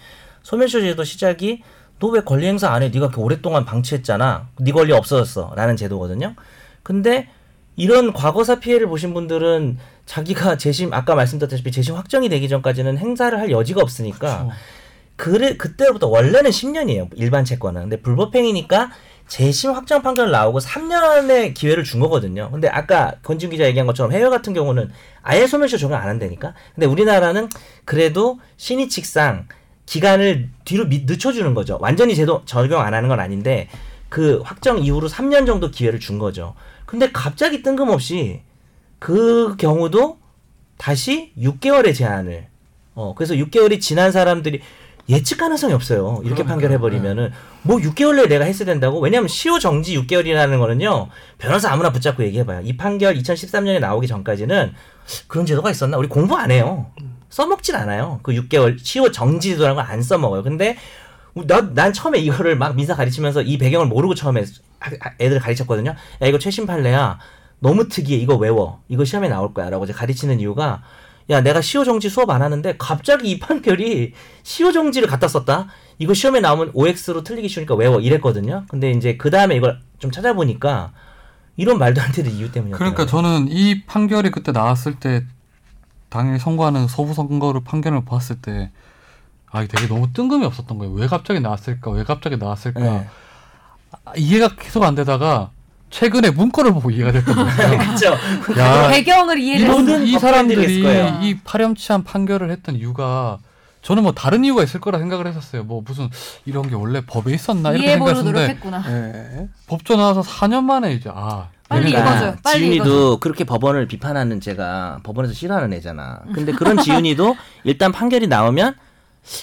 소멸시효제도 시작이 너 왜 권리 행사 안 해? 네가 그렇게 오랫동안 방치했잖아. 네 권리 없어졌어라는 제도거든요. 근데 이런 과거사 피해를 보신 분들은 자기가 재심 아까 말씀드렸다시피 재심 확정이 되기 전까지는 행사를 할 여지가 없으니까 그래 그때부터 원래는 10년이에요 일반 채권은 근데 불법행위니까 재심 확정 판결 나오고 3년의 기회를 준 거거든요 근데 아까 권준 기자 얘기한 것처럼 해외 같은 경우는 아예 소멸시효 적용 안 한다니까 근데 우리나라는 그래도 신의칙상 기간을 뒤로 미- 늦춰주는 거죠 완전히 제도 적용 안 하는 건 아닌데 그 확정 이후로 3년 정도 기회를 준 거죠 근데 갑자기 뜬금없이 그 경우도 다시 6개월의 제한을 어 그래서 6개월이 지난 사람들이 예측 가능성이 없어요. 그러니까요. 이렇게 네. 판결해 버리면은 뭐 6개월 내에 내가 했어야 된다고. 왜냐면 시효 정지 6개월이라는 거는요. 변호사 아무나 붙잡고 얘기해 봐요. 이 판결 2013년에 나오기 전까지는 그런 제도가 있었나? 우리 공부 안 해요. 써먹진 않아요. 그 6개월 시효 정지 제도라는 걸 안 써먹어요. 근데 나, 난 처음에 이거를 막 민사 가르치면서 이 배경을 모르고 처음에 아- 아- 애들 가르쳤거든요. 야, 이거 최신 판례야. 너무 특이해. 이거 외워. 이거 시험에 나올 거야. 라고 이제 가르치는 이유가 야, 내가 시효정지 수업 안 하는데 갑자기 이 판결이 시효정지를 갖다 썼다? 이거 시험에 나오면 OX로 틀리기 쉬우니까 외워. 이랬거든요. 근데 이제 그 다음에 이걸 좀 찾아보니까 이런 말도 안 되는 이유 때문이었어요. 그러니까 저는 이 판결이 그때 나왔을 때 당일 선고하는 서부 선거를 판결을 봤을 때 아, 이게 되게 너무 뜬금이 없었던 거예요. 왜 갑자기 나왔을까? 왜 갑자기 나왔을까? 네. 아, 이해가 계속 안 되다가 최근에 문건을 보고 이해가 됐던 거예요. 그렇죠. 야, 배경을 이해를 이런- 모든 이 법관들이 사람들이 했을 거예요. 이 파렴치한 판결을 했던 이유가 저는 뭐 다른 이유가 있을 거라 생각을 했었어요. 뭐 무슨 이런 게 원래 법에 있었나 이렇게 이해해보려 생각했는데 노력했구나. 예. 법조 나와서 4년 만에 이제 아 빨리 얘네가 읽어줘요. 빨리 그러니까 지윤이도 읽어줘요. 그렇게 법원을 비판하는 제가 법원에서 싫어하는 애잖아. 근데 그런 지윤이도 일단 판결이 나오면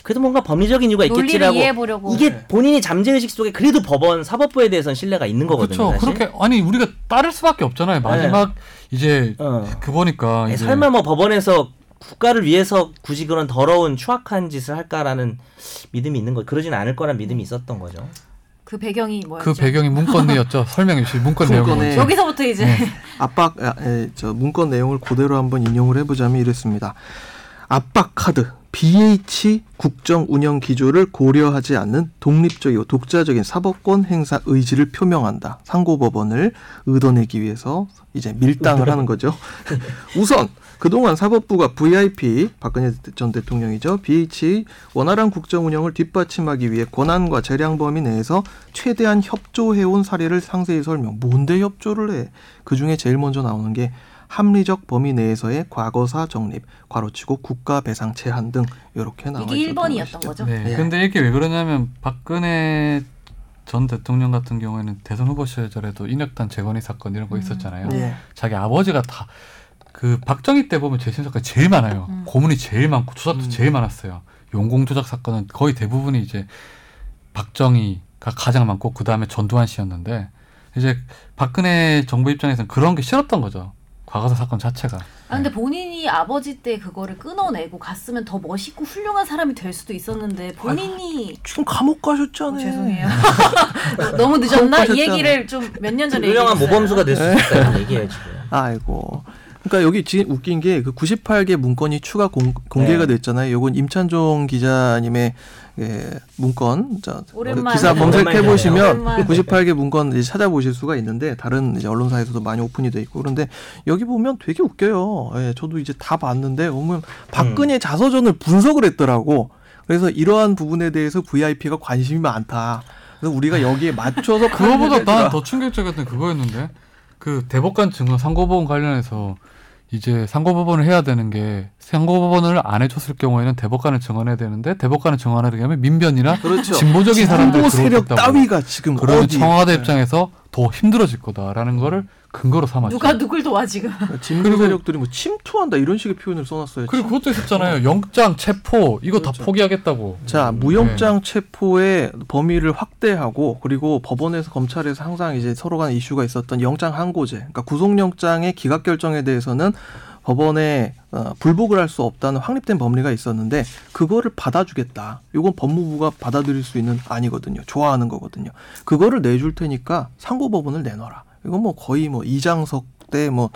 그래도 뭔가 법리적인 이유가 논리를 있겠지라고 이해해보려고. 네. 이게 본인이 잠재의식 속에 그래도 법원 사법부에 대해서는 신뢰가 있는 거거든요. 그렇죠. 사실. 그렇게 아니 우리가 따를 수밖에 없잖아요. 마지막 이제 어. 그 보니까 아니, 이제 설마 뭐 법원에서 국가를 위해서 굳이 그런 더러운 추악한 짓을 할까라는 믿음이 있는 거 그러진 않을 거란 믿음이 있었던 거죠. 그 배경이 뭐였죠? 그 배경이 네. 문건이었죠. 설명해 주시 문건 내용. 문건에 이 여기서부터 이제 압박 아, 에, 저 문건 내용을 그대로 한번 인용을 해보자면 이랬습니다. 압박 카드 BH 국정 운영 기조를 고려하지 않는 독립적이고 독자적인 사법권 행사 의지를 표명한다. 상고법원을 의도내기 위해서 이제 밀당을 하는 거죠. 우선 그동안 사법부가 VIP 박근혜 전 대통령이죠. BH 원활한 국정 운영을 뒷받침하기 위해 권한과 재량 범위 내에서 최대한 협조해온 사례를 상세히 설명. 뭔데 협조를 해? 그 중에 제일 먼저 나오는 게 합리적 범위 내에서의 과거사 정립, 괄호치고 국가 배상 제한 등 이렇게 나와 이게 있었던 1번이었던 것이죠. 거죠? 네. 예. 근데 이게 왜 그러냐면 박근혜 전 대통령 같은 경우에는 대선 후보 시절에도 인혁단 재건이 사건 이런 음. 거 있었잖아요. 네. 네. 예. 자기 아버지가 다. 그 박정희 때 보면 재심 사건이 제일 많아요. 음. 고문이 제일 많고 조작도 음. 제일 많았어요. 용공 조작 사건은 거의 대부분이 이제 박정희가 가장 많고 그 다음에 전두환 씨였는데 이제 박근혜 정부 입장에서는 그런 게 싫었던 거죠. 과거사 사건 자체가. 아 근데 본인이 아버지 때 그거를 끊어내고 갔으면 더 멋있고 훌륭한 사람이 될 수도 있었는데 본인이 지금 감옥 가셨잖아요. 네. 어, 죄송해요. 너무 늦었나? 이 얘기를 좀 몇 년 전에 그 유명한 얘기했어요. 모범수가 될 수 있다는 얘기예요 지금. 아이고. 그러니까 여기 지금 웃긴 게 그 98개 문건이 추가 공, 개가 됐잖아요. 요건 임찬종 기자님의 예, 문건 자, 그 오랜만에. 기사 검색해 보시면 오랜만에. 98개 문건 이제 찾아보실 수가 있는데 다른 이제 언론사에서도 많이 오픈이 돼 있고 그런데 여기 보면 되게 웃겨요. 예, 저도 이제 다 봤는데 보면 박근혜 자서전을 분석을 했더라고. 그래서 이러한 부분에 대해서 VIP가 관심이 많다. 그래서 우리가 여기에 맞춰서 그거보다 난 판단을 해주라. 더 충격적이었던 게 그거였는데 그 대법관 증언 상고법원 관련해서 이제 상고법원을 해야 되는 게 상고법원을 안 해줬을 경우에는 대법관을 증언해야 되는데 대법관을 증언하게 하면 민변이나 그렇죠. 진보적인 사람들 진보 세력 따위 따위가 지금 그러면 어디 청와대 입장에서 더 힘들어질 거다라는 거를 근거로 삼았죠. 누가 누굴 도와 지금? 아, 진보 그리고- 세력들이 뭐 침투한다 이런 식의 표현을 써놨어요. 그리고 그것도 있었잖아요. 영장 체포 이거 다 네. 그렇죠. 포기하겠다고. 자 무영장 체포의 범위를 확대하고 그리고 법원에서 검찰에서 항상 이제 서로 간 이슈가 있었던 영장 항고제, 그러니까 구속영장의 기각 결정에 대해서는 법원에 어, 불복을 할 수 없다는 확립된 법리가 있었는데 그거를 받아주겠다. 이건 법무부가 받아들일 수 있는 아니거든요. 좋아하는 거거든요. 그거를 내줄 테니까 상고법원을 내놔라. 이건 뭐 거의 뭐 이장석 때 뭐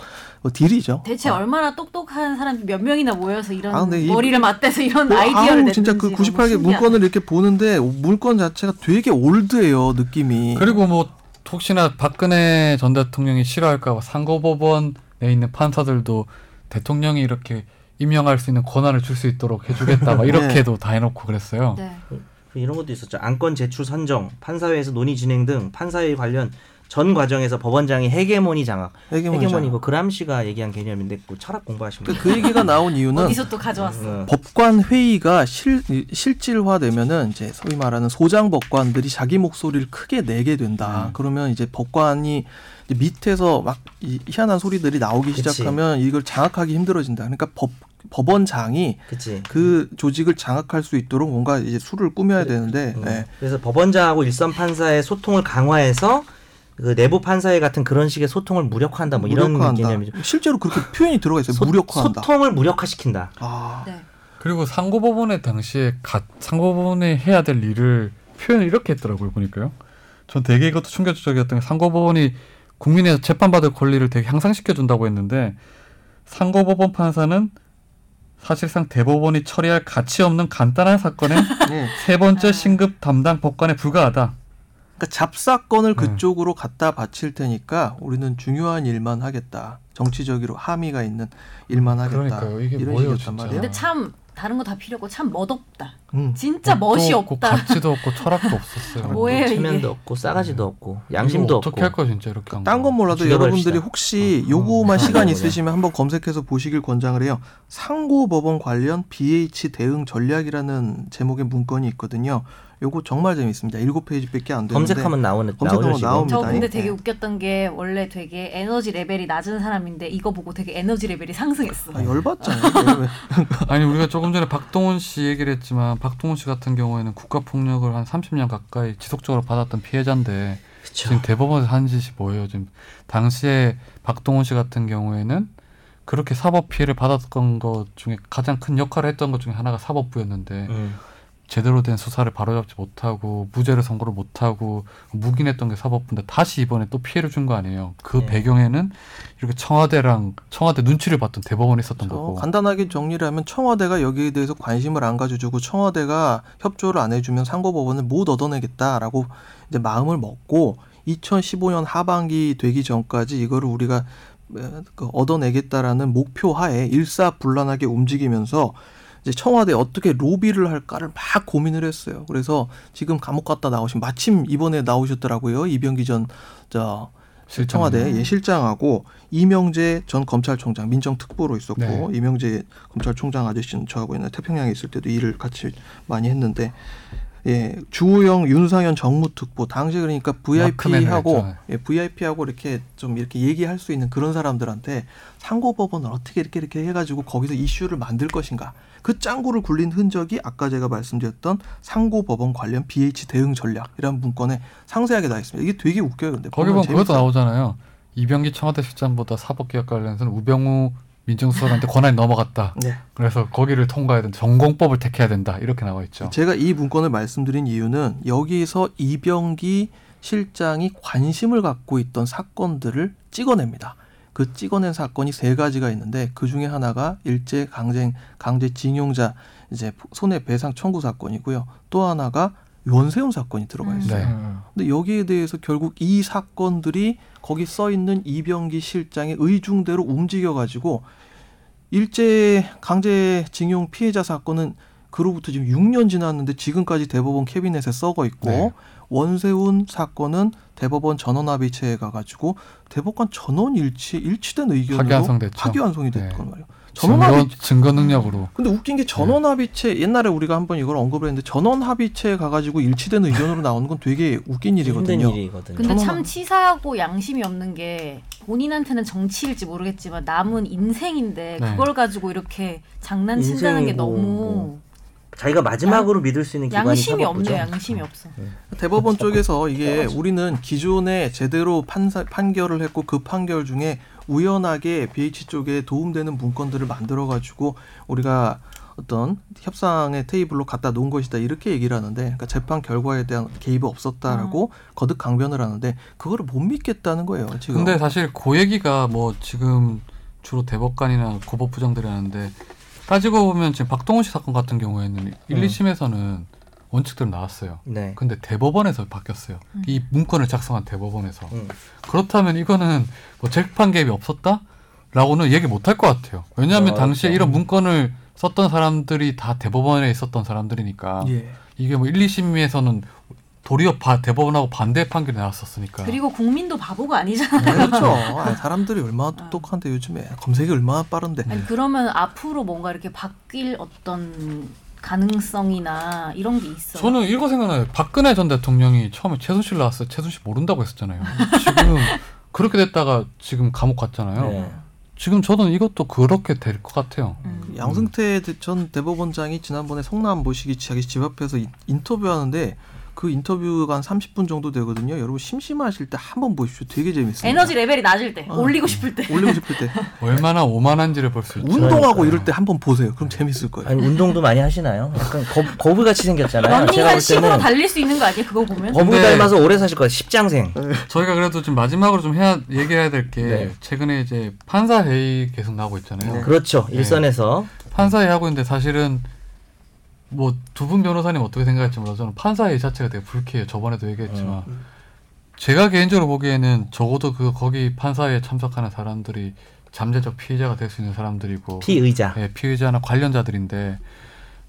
딜이죠. 대체 얼마나 똑똑한 사람이 몇 명이나 모여서 이런 아, 근데 이- 머리를 맞대서 이런 그, 아이디어를 아우, 냈는지 진짜 그 너무 98개 신기하다. 문건을 이렇게 보는데 문건 자체가 되게 올드해요 느낌이. 그리고 뭐 혹시나 박근혜 전 대통령이 싫어할까 봐 상고법원에 있는 판사들도 대통령이 이렇게 임명할 수 있는 권한을 줄 수 있도록 해주겠다 네. 막 이렇게도 다 해놓고 그랬어요. 네. 그 이런 것도 있었죠. 안건 제출 선정, 판사회에서 논의 진행 등 판사회 관련 전 과정에서 법원장이 헤게모니 장악. 헤게모니 헤게모니 장악. 그 그람시가 얘기한 개념인데 그 철학 공부하시면 그, 그 얘기가 나온 이유는 어디서 또 가져왔어? 어. 법관 회의가 실, 실질화되면은 이제 소위 말하는 소장 법관들이 자기 목소리를 크게 내게 된다. 음. 그러면 이제 법관이 이제 밑에서 막 이, 희한한 소리들이 나오기 그치. 시작하면 이걸 장악하기 힘들어진다. 그러니까 법, 법원장이 그치. 그 조직을 장악할 수 있도록 뭔가 이제 수를 꾸며야 되는데 음. 예. 그래서 법원장하고 일선 판사의 소통을 강화해서 그 내부 판사회 같은 그런 식의 소통을 무력화한다 뭐 이런 개념이죠. 실제로 그렇게 표현이 들어가 있어요. 소- 무력화한다. 소통을 무력화시킨다. 아, 네. 그리고 상고법원의 당시에 갓 상고법원이 해야 될 일을 표현을 이렇게 했더라고요 보니까요. 전 되게 이것도 충격적이었던 게 상고법원이 국민의 재판받을 권리를 되게 향상시켜 준다고 했는데 상고법원 판사는 사실상 대법원이 처리할 가치 없는 간단한 사건의 예. 세 번째 신급 담당 법관에 불과하다. 그러니까 네. 잡사건을 그쪽으로 갖다 바칠 테니까 우리는 중요한 일만 하겠다. 정치적으로 함의가 있는 일만 하겠다. 그러니까요. 이게 런 뭐예요, 식이었단 진짜. 말이야. 근데 참 다른 거 다 필요 없고 참 멋없다. 음. 진짜 멋이 맛도 없고 없다. 그 가치도 없고 철학도 없었어요. 뭐예요? 뭐예요, 이게? 체면도 없고 음. 싸가지도 없고 이거 양심도 없고. 어떻게 할 거야 진짜 이렇게 음. 한 딴 건뭐 몰라도 죽여버립시다. 여러분들이 혹시 어, 요거만 어, 시간 어, 있으시면 한번 검색해서 보시길 권장을 해요. 상고법원 관련 BH 대응 전략이라는 제목의 문건이 있거든요. 요거 정말 재밌습니다. 일곱 페이지밖에 안 되는데 검색하면 나오는 검색하면 나오죠, 지금. 나옵니다. 저 근데 예. 되게 웃겼던 게 원래 되게 에너지 레벨이 낮은 사람인데 이거 보고 되게 에너지 레벨이 상승했어. 아, 열받잖아요. 왜- 아니 우리가 조금 전에 박동원 씨 얘기를 했지만 박동원 씨 같은 경우에는 국가 폭력을 한 30년 가까이 지속적으로 받았던 피해자인데 그쵸. 지금 대법원에서 한 짓이 뭐예요? 지금 당시에 박동원 씨 같은 경우에는 그렇게 사법 피해를 받았던 것 중에 가장 큰 역할을 했던 것 중에 하나가 사법부였는데 네. 음. 제대로 된 수사를 바로잡지 못하고 무죄를 선고를 못하고 묵인했던 게 사법부인데 다시 이번에 또 피해를 준 거 아니에요. 그 네. 배경에는 이렇게 청와대랑 청와대 눈치를 봤던 대법원이 있었던 어, 거고 간단하게 정리를 하면 청와대가 여기에 대해서 관심을 안 가져주고 청와대가 협조를 안 해주면 상고법원을 못 얻어내겠다라고 이제 마음을 먹고 2015년 하반기 되기 전까지 이거를 우리가 에, 그 얻어내겠다라는 목표하에 일사불란하게 움직이면서 이제 청와대 어떻게 로비를 할까를 막 고민을 했어요. 그래서 지금 감옥 갔다 나오신 마침 이번에 나오셨더라고요 이병기 전저 청와대 예, 실장하고 이명재 전 검찰총장 민정특보로 있었고 네. 이명재 검찰총장 아저씨는 저하고 옛날 태평양에 있을 때도 일을 같이 많이 했는데 예 주호영 윤상현 정무특보 당시 그러니까 VIP하고 했잖아요. 예, VIP하고 이렇게 좀 이렇게 얘기할 수 있는 그런 사람들한테 상고법원을 어떻게 이렇게 이렇게 해가지고 거기서 이슈를 만들 것인가 그 짱구를 굴린 흔적이 아까 제가 말씀드렸던 상고법원 관련 BH 대응 전략이라는 문건에 상세하게 다 있습니다 이게 되게 웃겨요 근데 거기 보면 그것도 재밌어요. 나오잖아요. 이병기 청와대 실장보다 사법개혁 관련해서는 우병우 민정수석한테 권한이 넘어갔다. 네. 그래서 거기를 통과해야 된다. 전공법을 택해야 된다. 이렇게 나와 있죠. 제가 이 문건을 말씀드린 이유는 여기서 이병기 실장이 관심을 갖고 있던 사건들을 찍어냅니다. 그 찍어낸 사건이 세 가지가 있는데 그 중에 하나가 일제 강쟁 강제 징용자 이제 손해 배상 청구 사건이고요. 또 하나가 원세훈 사건이 들어가 음. 있어요. 네. 근데 여기에 대해서 결국 이 사건들이 거기 써 있는 이병기 실장의 의중대로 움직여 가지고 일제 강제징용 피해자 사건은 그로부터 지금 6년 지났는데 지금까지 대법원 캐비넷에 썩어 있고 네. 원세훈 사건은 대법원 전원합의체에 가가지고 대법관 전원 일치 일치된 의견으로 파기환송됐죠. 파기환송이 네. 됐건 말이에요. 증거, 전원합의 증거 능력으로. 근데 웃긴 게 전원 합의체 네. 옛날에 우리가 한번 이걸 언급을 했는데 전원 합의체에 가가지고 일치된 의견으로 나오는 건 되게 웃긴 힘든 일이거든요. 일이거든요. 근데 참 저는- 치사하고 양심이 없는 게 본인한테는 정치일지 모르겠지만 남은 인생인데 네. 그걸 가지고 이렇게 장난친다는 게 인생이고 너무 뭐 자기가 마지막으로 믿을 수 있는 기관이 양심이 없네요. 사법부죠. 양심이 없어. 뭐 대법원 쪽에서 이게 우리는 기존에 제대로 판사, 판결을 했고 그 판결 중에 우연하게 BH 쪽에 도움되는 문건들을 만들어 가지고 우리가 어떤 협상의 테이블로 갖다 놓은 것이다 이렇게 얘기를 하는데 그러니까 재판 결과에 대한 개입이 없었다라고 음. 거듭 강변을 하는데 그거를 못 믿겠다는 거예요 지금. 근데 사실 그 얘기가 뭐 지금 주로 대법관이나 고법부장들이 하는데 따지고 보면 지금 박동원 씨 사건 같은 경우에는 일, 음. 이심에서는 원칙대로 나왔어요. 네. 근데 대법원에서 바뀌었어요. 음. 이 문건을 작성한 대법원에서. 음. 그렇다면 이거는 뭐 재판 개입이 없었다? 라고는 얘기 못 할 것 같아요. 왜냐하면 아, 당시에 그렇죠. 이런 문건을 썼던 사람들이 다 대법원에 있었던 사람들이니까 예. 이게 뭐 1, 2심에서는 도리어 바, 대법원하고 반대 판결이 나왔었으니까. 그리고 국민도 바보가 아니잖아. 그렇죠. 아, 사람들이 얼마나 똑똑한데 요즘에 검색이 얼마나 빠른데. 아니 그러면 앞으로 뭔가 이렇게 바뀔 어떤 가능성이나 이런 게 있어. 저는 이거 생각나요. 박근혜 전 대통령이 처음에 최순실 나왔어요. 최순실 모른다고 했었잖아요. 지금 그렇게 됐다가 지금 감옥 갔잖아요. 네. 지금 저는 이것도 그렇게 될 것 같아요. 음. 양승태 대- 전 대법원장이 지난번에 성남 모시기 자기 집 앞에서 인- 인터뷰하는데 그 인터뷰가 한 30분 정도 되거든요. 여러분 심심하실 때 한번 보십시오. 되게 재밌어요. 에너지 레벨이 낮을 때, 어. 올리고 싶을 때. 올리고 싶을 때 얼마나 오만한지를 볼 수 있죠. 운동하고 이럴 때 한번 보세요. 그럼 재밌을 거예요. 아니 운동도 많이 하시나요? 약간 거, 거북이 같이 생겼잖아요. 제가 런닝한 볼 식으로 때는 달릴 수 있는 거 아니에요? 그거 보면. 거북이 근데- 닮아서 오래 사실 거예요. 십장생. 저희가 그래도 좀 마지막으로 좀 해야 얘기해야 될 게 네. 최근에 이제 판사 회의 계속 나오고 있잖아요. 그렇죠. 네. 일선에서 판사 회의 하고 있는데 사실은 뭐 두 분 변호사님 어떻게 생각할지 몰라 저는 판사 회의 자체가 되게 불쾌해요. 저번에도 얘기했지만 제가 개인적으로 보기에는 적어도 그 거기 판사 회에 참석하는 사람들이 잠재적 피해자가 될 수 있는 사람들이고 피의자. 예, 피의자나 관련자들인데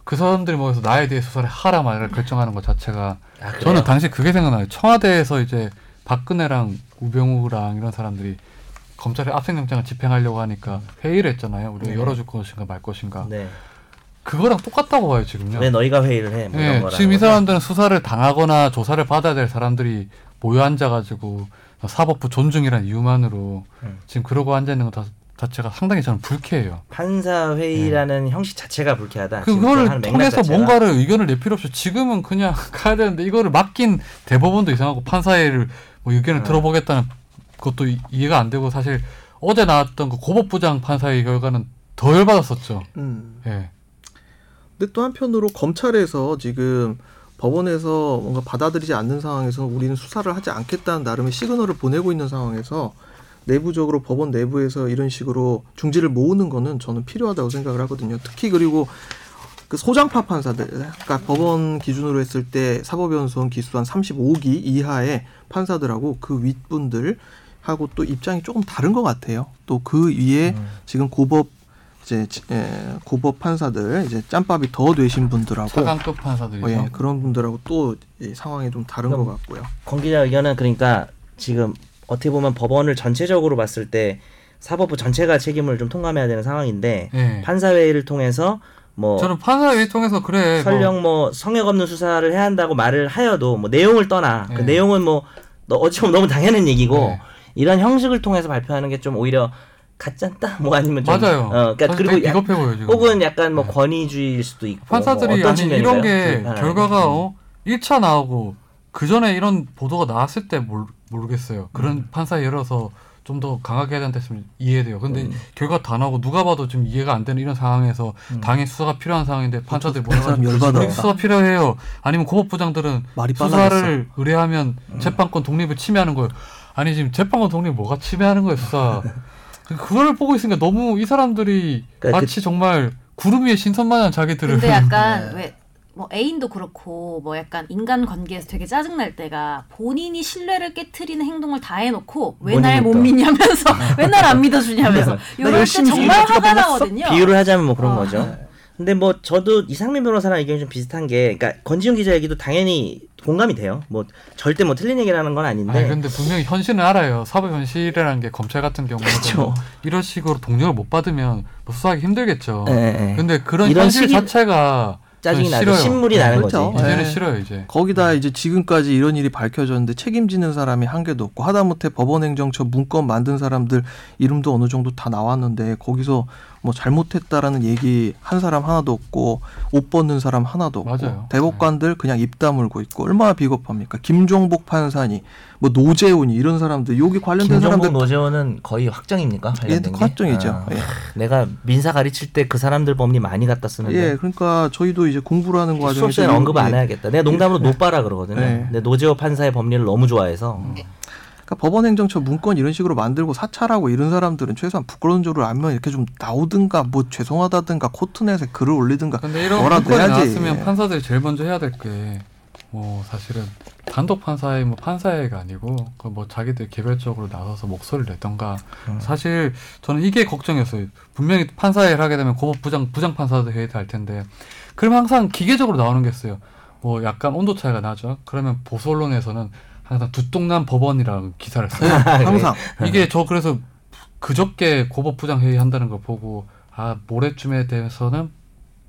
그 사람들이 모여서 나에 대해 수사를 하라 말라 결정하는 것 자체가 아, 그래요? 저는 당시 그게 생각나요. 청와대에서 이제 박근혜랑 우병우랑 이런 사람들이 검찰의 압생영장을 집행하려고 하니까 회의를 했잖아요. 우리가 네. 열어줄 것인가 말 것인가. 네. 그거랑 똑같다고 봐요 지금요. 왜 너희가 회의를 해? 뭐 이런 예, 거라는 지금 이 거죠. 사람들은 수사를 당하거나 조사를 받아야 될 사람들이 모여 앉아가지고 사법부 존중이라는 이유만으로 음. 지금 그러고 앉아 있는 것 자- 자체가 상당히 저는 불쾌해요. 판사 회의라는 형식 자체가 불쾌하다. 아, 지금 네. 그거를 하는 맥락 통해서 자체가. 뭔가를 의견을 낼 필요 없이 지금은 그냥 가야 되는데 이거를 맡긴 대법원도 이상하고 판사회를 뭐 의견을 음. 들어보겠다는 것도 이- 이해가 안 되고 사실 어제 나왔던 그 고법부장 판사의 결과는 더 열받았었죠. 음. 예. 근데 또 한편으로 검찰에서 지금 법원에서 뭔가 받아들이지 않는 상황에서 우리는 수사를 하지 않겠다는 나름의 시그널을 보내고 있는 상황에서 내부적으로 법원 내부에서 이런 식으로 중지를 모으는 거는 저는 필요하다고 생각을 하거든요. 특히 그리고 그 소장파 판사들, 그러니까 법원 기준으로 했을 때 사법연수원 기수한 35기 이하의 판사들하고 그 윗분들 하고 또 입장이 조금 다른 것 같아요. 또 그 위에 지금 고법 이제 지- 예, 고법 판사들 이제 짬밥이 더 되신 아, 분들하고 차관급 판사들이죠. 어, 예, 그런 분들하고 또이 상황이 좀 다른 것 같고요. 권 기자 의견은 그러니까 지금 어떻게 보면 법원을 전체적으로 봤을 때 사법부 전체가 책임을 좀 통감해야 되는 상황인데 예. 판사 회의를 통해서 뭐 저는 판사회의 통해서 그래 뭐 설령 뭐 성역 없는 수사를 해야 한다고 말을 하여도 뭐 내용을 떠나 그 네. 내용은 뭐 너- 어찌 보면 너무 당연한 얘기고 네. 이런 형식을 통해서 발표하는 게 좀 오히려 가짜다 뭐 아니면 좀 맞아요. 어, 그러니까 사실 그리고 되게 약- 비겁해 보여 지금. 혹은 약간 뭐 네. 권위주의일 수도 있고 뭐 판사들이 어떤 아니 측면인가요? 이런 게 그- 아, 결과가 어 1차 나오고 그 전에 이런 보도가 나왔을 때 모르, 모르겠어요. 그런 음. 판사 열어서 좀 더 강하게 해야 된다 했으면 이해돼요. 근데 음. 결과 다 나오고 누가 봐도 지금 이해가 안 되는 이런 상황에서 음. 당연히 수사가 필요한 그 상황인데 판사들 이 사람 모여가지고 열받아. 우리 수사 필요해요. 아니면 고법부장들은 말이 수사를 의뢰하면 음. 재판권 독립을 침해하는 거예요. 아니 지금 재판권 독립 뭐가 침해하는 거예요 수사. 그걸 보고 있으니까 너무 이 사람들이 그러니까 그- 마치 정말 구름 위에 신선만한 자기들을 근데 약간 왜 뭐 애인도 그렇고 뭐 약간 인간 관계에서 되게 짜증 날 때가 본인이 신뢰를 깨트리는 행동을 다 해놓고 왜 날 못 못 믿냐면서 왜 날 안 믿어주냐면서 이럴 때 열심히 정말 일해가지고 화가 내가 썩 나거든요. 비유를 하자면 뭐 아, 그런 어. 거죠. 네. 근데 뭐 저도 이상민 변호사랑 의견이 좀 비슷한 게, 그러니까 권지훈 기자 얘기도 당연히 공감이 돼요. 뭐 절대 뭐 틀린 얘기라는 건 아닌데. 아니 근데 분명히 현실은 알아요. 사법 현실이라는 게 검찰 같은 경우는 그렇죠. 뭐 이런 식으로 동료를 못 받으면 뭐 수사하기 힘들겠죠. 예, 예. 근데 그런 이런 현실 식이 자체가 짜증이 저는 나죠. 싫어요. 신물이 나는 그렇죠. 거지. 네. 이제는 예. 싫어요 이제. 거기다 이제 지금까지 이런 일이 밝혀졌는데 책임지는 사람이 한 개도 없고 하다못해 법원행정처 문건 만든 사람들 이름도 어느 정도 다 나왔는데 거기서 뭐 잘못했다라는 얘기 한 사람 하나도 없고 옷 벗는 사람 하나도 없고 맞아요. 대법관들 그냥 입 다물고 있고 얼마나 비겁합니까? 김종복 판사니 뭐 노재훈이 이런 사람들 여기 관련된 김정국 사람들 노재원은 거의 확정입니까? 예, 얘도 관련된 게? 확정이죠. 아, 예. 내가 민사 가르칠 때 그 사람들 법리 많이 갖다 예, 쓰는데 그러니까 저희도 이제 공부를 하는 과정에서 수업 시간에 이런- 언급 안 예. 해야겠다. 내가 농담으로 노빠라 그러거든요. 네. 예. 근데 노재호 판사의 법리를 너무 좋아해서 음. 그러니까 법원행정처 문건 이런 식으로 만들고 사찰하고 이런 사람들은 최소한 부끄러운 줄을 알면 이렇게 좀 나오든가 뭐 죄송하다든가 코트넷에 글을 올리든가 근데 이런 뭐라도 문건이 해야지. 예. 나왔으면 판사들이 제일 먼저 해야 될 게 뭐 사실은 단독 판사의 뭐 판사회가 아니고 그 뭐 자기들 개별적으로 나서서 목소리를 내던가 음. 사실 저는 이게 걱정이었어요. 분명히 판사회를 하게 되면 고법 부장 부장 판사도 회의도 할 텐데 그럼 항상 기계적으로 나오는 게 있어요. 뭐 약간 온도 차이가 나죠. 그러면 보수언론에서는 항상 두통난 법원이라는 기사를 써요. 아, 항상 이게 저 그래서 그저께 고법부장 회의 한다는 걸 보고 아 모레쯤에 대해서는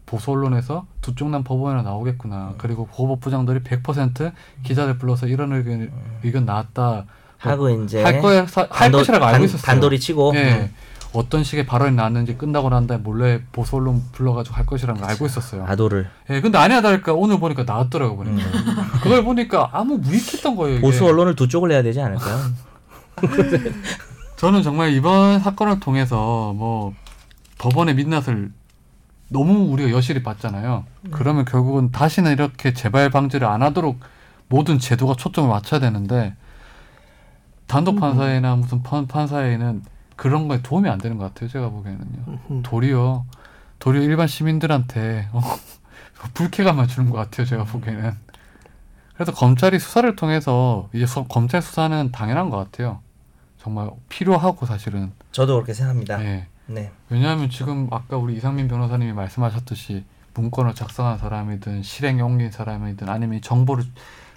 보수 언론에서 두쪽 난 법원에 나오겠구나. 그리고 고법부장들이 100% 기자들 불러서 이런 의견 의견 나왔다. 하고 이제 할 거야 사- 할 네. 단도- 것이라고 알고 단- 있었어요. 단돌이 치고 네. 예. 어떤 식의 발언이 나왔는지 끝나고 난 다음에 몰래 보수 언론 불러가지고 할 것이라는 걸 알고 있었어요. 그렇죠. 음, 아도를 예, 근데 아니야 다를까 오늘 보니까 나왔더라고 보니까 그걸 보니까 아무 무익했던 거예요. 이게. 음. 보수 언론을 두 쪽을 해야 되지 않을까요? 저는 정말 이번 사건을 통해서 뭐 법원의 민낯을 너무 우리가 여실히 봤잖아요. 그러면 결국은 다시는 이렇게 재발 방지를 안 하도록 모든 제도가 초점을 맞춰야 되는데 단독 판사회나 무슨 판, 판사회는 그런 거에 도움이 안 되는 것 같아요. 제가 보기에는요. 음. 도리어 도리어 일반 시민들한테 어, 불쾌감만 주는 것 같아요. 제가 보기에는. 그래서 검찰이 수사를 통해서 이제 수- 검찰 수사는 당연한 것 같아요. 정말 필요하고 사실은. 저도 그렇게 생각합니다. 예. 네. 왜냐하면 지금 아까 우리 이상민 변호사님이 말씀하셨듯이 문건을 작성한 사람이든 실행에 옮긴 사람이든 아니면 이 정보를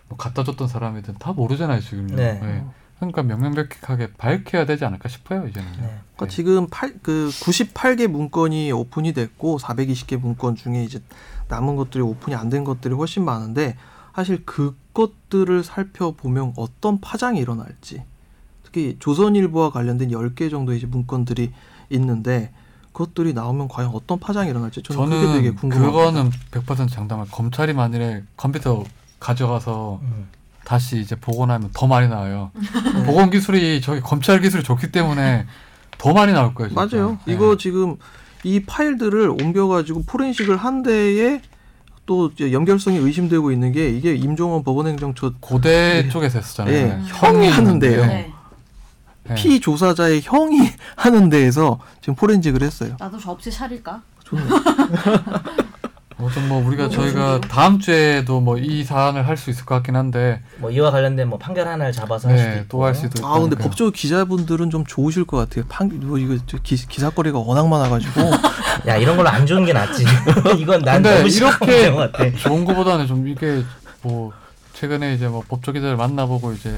뭐 갖다 줬던 사람이든 다 모르잖아요 지금요. 네. 예. 그러니까 명명백백하게 밝혀야 되지 않을까 싶어요 이제는요. 네. 그러니까 지금 팔 그 98개 문건이 오픈이 됐고 420개 문건 중에 이제 남은 것들이 오픈이 안 된 것들이 훨씬 많은데 사실 그것들을 살펴보면 어떤 파장이 일어날지 특히 조선일보와 관련된 10개 정도의 이제 문건들이 있는데 그것들이 나오면 과연 어떤 파장이 일어날지 저는, 그게 저는 되게 궁금합니다. 그거는 100% 장담할. 검찰이 만일에 컴퓨터 가져가서 음. 다시 이제 복원하면 더 많이 나와요. 네. 복원 기술이 저기 검찰 기술이 좋기 때문에 더 많이 나올 거예요. 진짜. 맞아요. 예. 이거 지금 이 파일들을 옮겨가지고 포렌식을 한 데에 또 이제 연결성이 의심되고 있는 게 이게 임종원 법원행정처 고대 예. 쪽에서 했었잖아요. 예, 네. 형이 하는데요. 네. 네. 예. 피 조사자의 형이 하는 데에서 지금 포렌식을 했어요. 나도 저 업체 차릴까? 좋네요. 아무튼 뭐 우리가 뭐 저희가 무슨 다음 주에도 뭐 이 사안을 할 수 있을 것 같긴 한데 뭐 이와 관련된 뭐 판결 하나를 잡아서 할 수도 네, 있고. 또 할 수도 있고. 아 근데 그러니까요. 법조 기자분들은 좀 좋으실 것 같아요. 판, 뭐 이거 저 기, 기사거리가 워낙 많아가지고 야 이런 걸로 안 좋은 게 낫지. 이건 난 근데 너무 싫어. 이렇게- 것 같아. 좋은 거보다는 좀 이게 뭐 최근에 이제 뭐 법조 기자를 만나보고 이제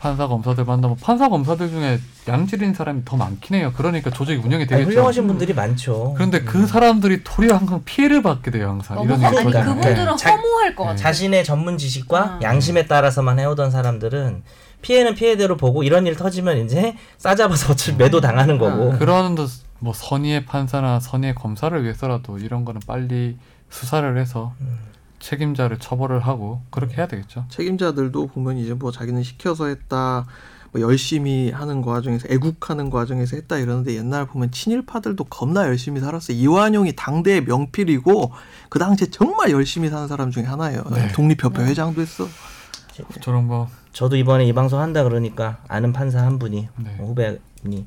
판사 검사들 만나고 판사 검사들 중에 양질인 사람이 더 많긴 해요. 그러니까 조직이 운영이 아니, 되겠죠. 훌륭하신 분들이 많죠. 음. 그런데 그 사람들이 도리어 항상 피해를 받게 돼요. 항상 너무 이런 허- 일이 아니 벌어지면. 그분들- 그분들은 자- 허무할 것 네. 같아. 자신의 전문 지식과 아. 양심에 따라서만 해오던 사람들은 피해는 피해대로 보고 이런 일 터지면 이제 싸잡아서 어차피 매도 당하는 거고. 네. 음. 그런 더- 뭐 선의의 판사나 선의의 검사를 위해서라도 이런 거는 빨리 수사를 해서 음. 책임자를 처벌을 하고 그렇게 해야 되겠죠. 책임자들도 보면 이제 뭐 자기는 시켜서 했다, 뭐 열심히 하는 과정에서 애국하는 과정에서 했다 이러는데 옛날 보면 친일파들도 겁나 열심히 살았어요. 이완용이 당대의 명필이고 그 당시에 정말 열심히 사는 사람 중에 하나예요. 네. 독립협회 회장도 했어. 저런 거 저도 이번에 이 방송 한다 그러니까 아는 판사 한 분이 네. 어, 후배분이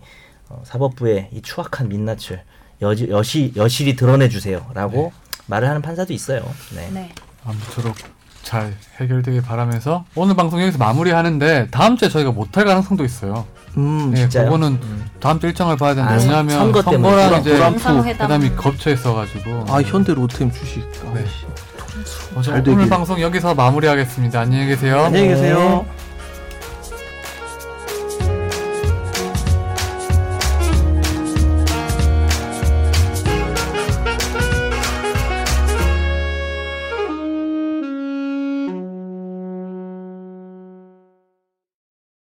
어, 사법부의 이 추악한 민낯을 여지, 여시, 여실히 드러내 주세요라고 네. 말을 하는 판사도 있어요. 네. 네. 아무쪼록 잘 해결되길 바라면서 오늘 방송 여기서 마무리하는데 다음 주에 저희가 못할 가능성도 있어요. 음, 예, 진짜요? 그거는 다음 주 일정을 봐야 되는데 아, 왜냐하면 선거 때문에. 선거랑 불안- 이제 불안프. 그다음이 겹쳐 있어가지고 아 현대 로템 주식. 네. 아이씨. 어서 잘 오늘 되길. 방송 여기서 마무리하겠습니다. 안녕히 계세요. 안녕히 계세요. 네.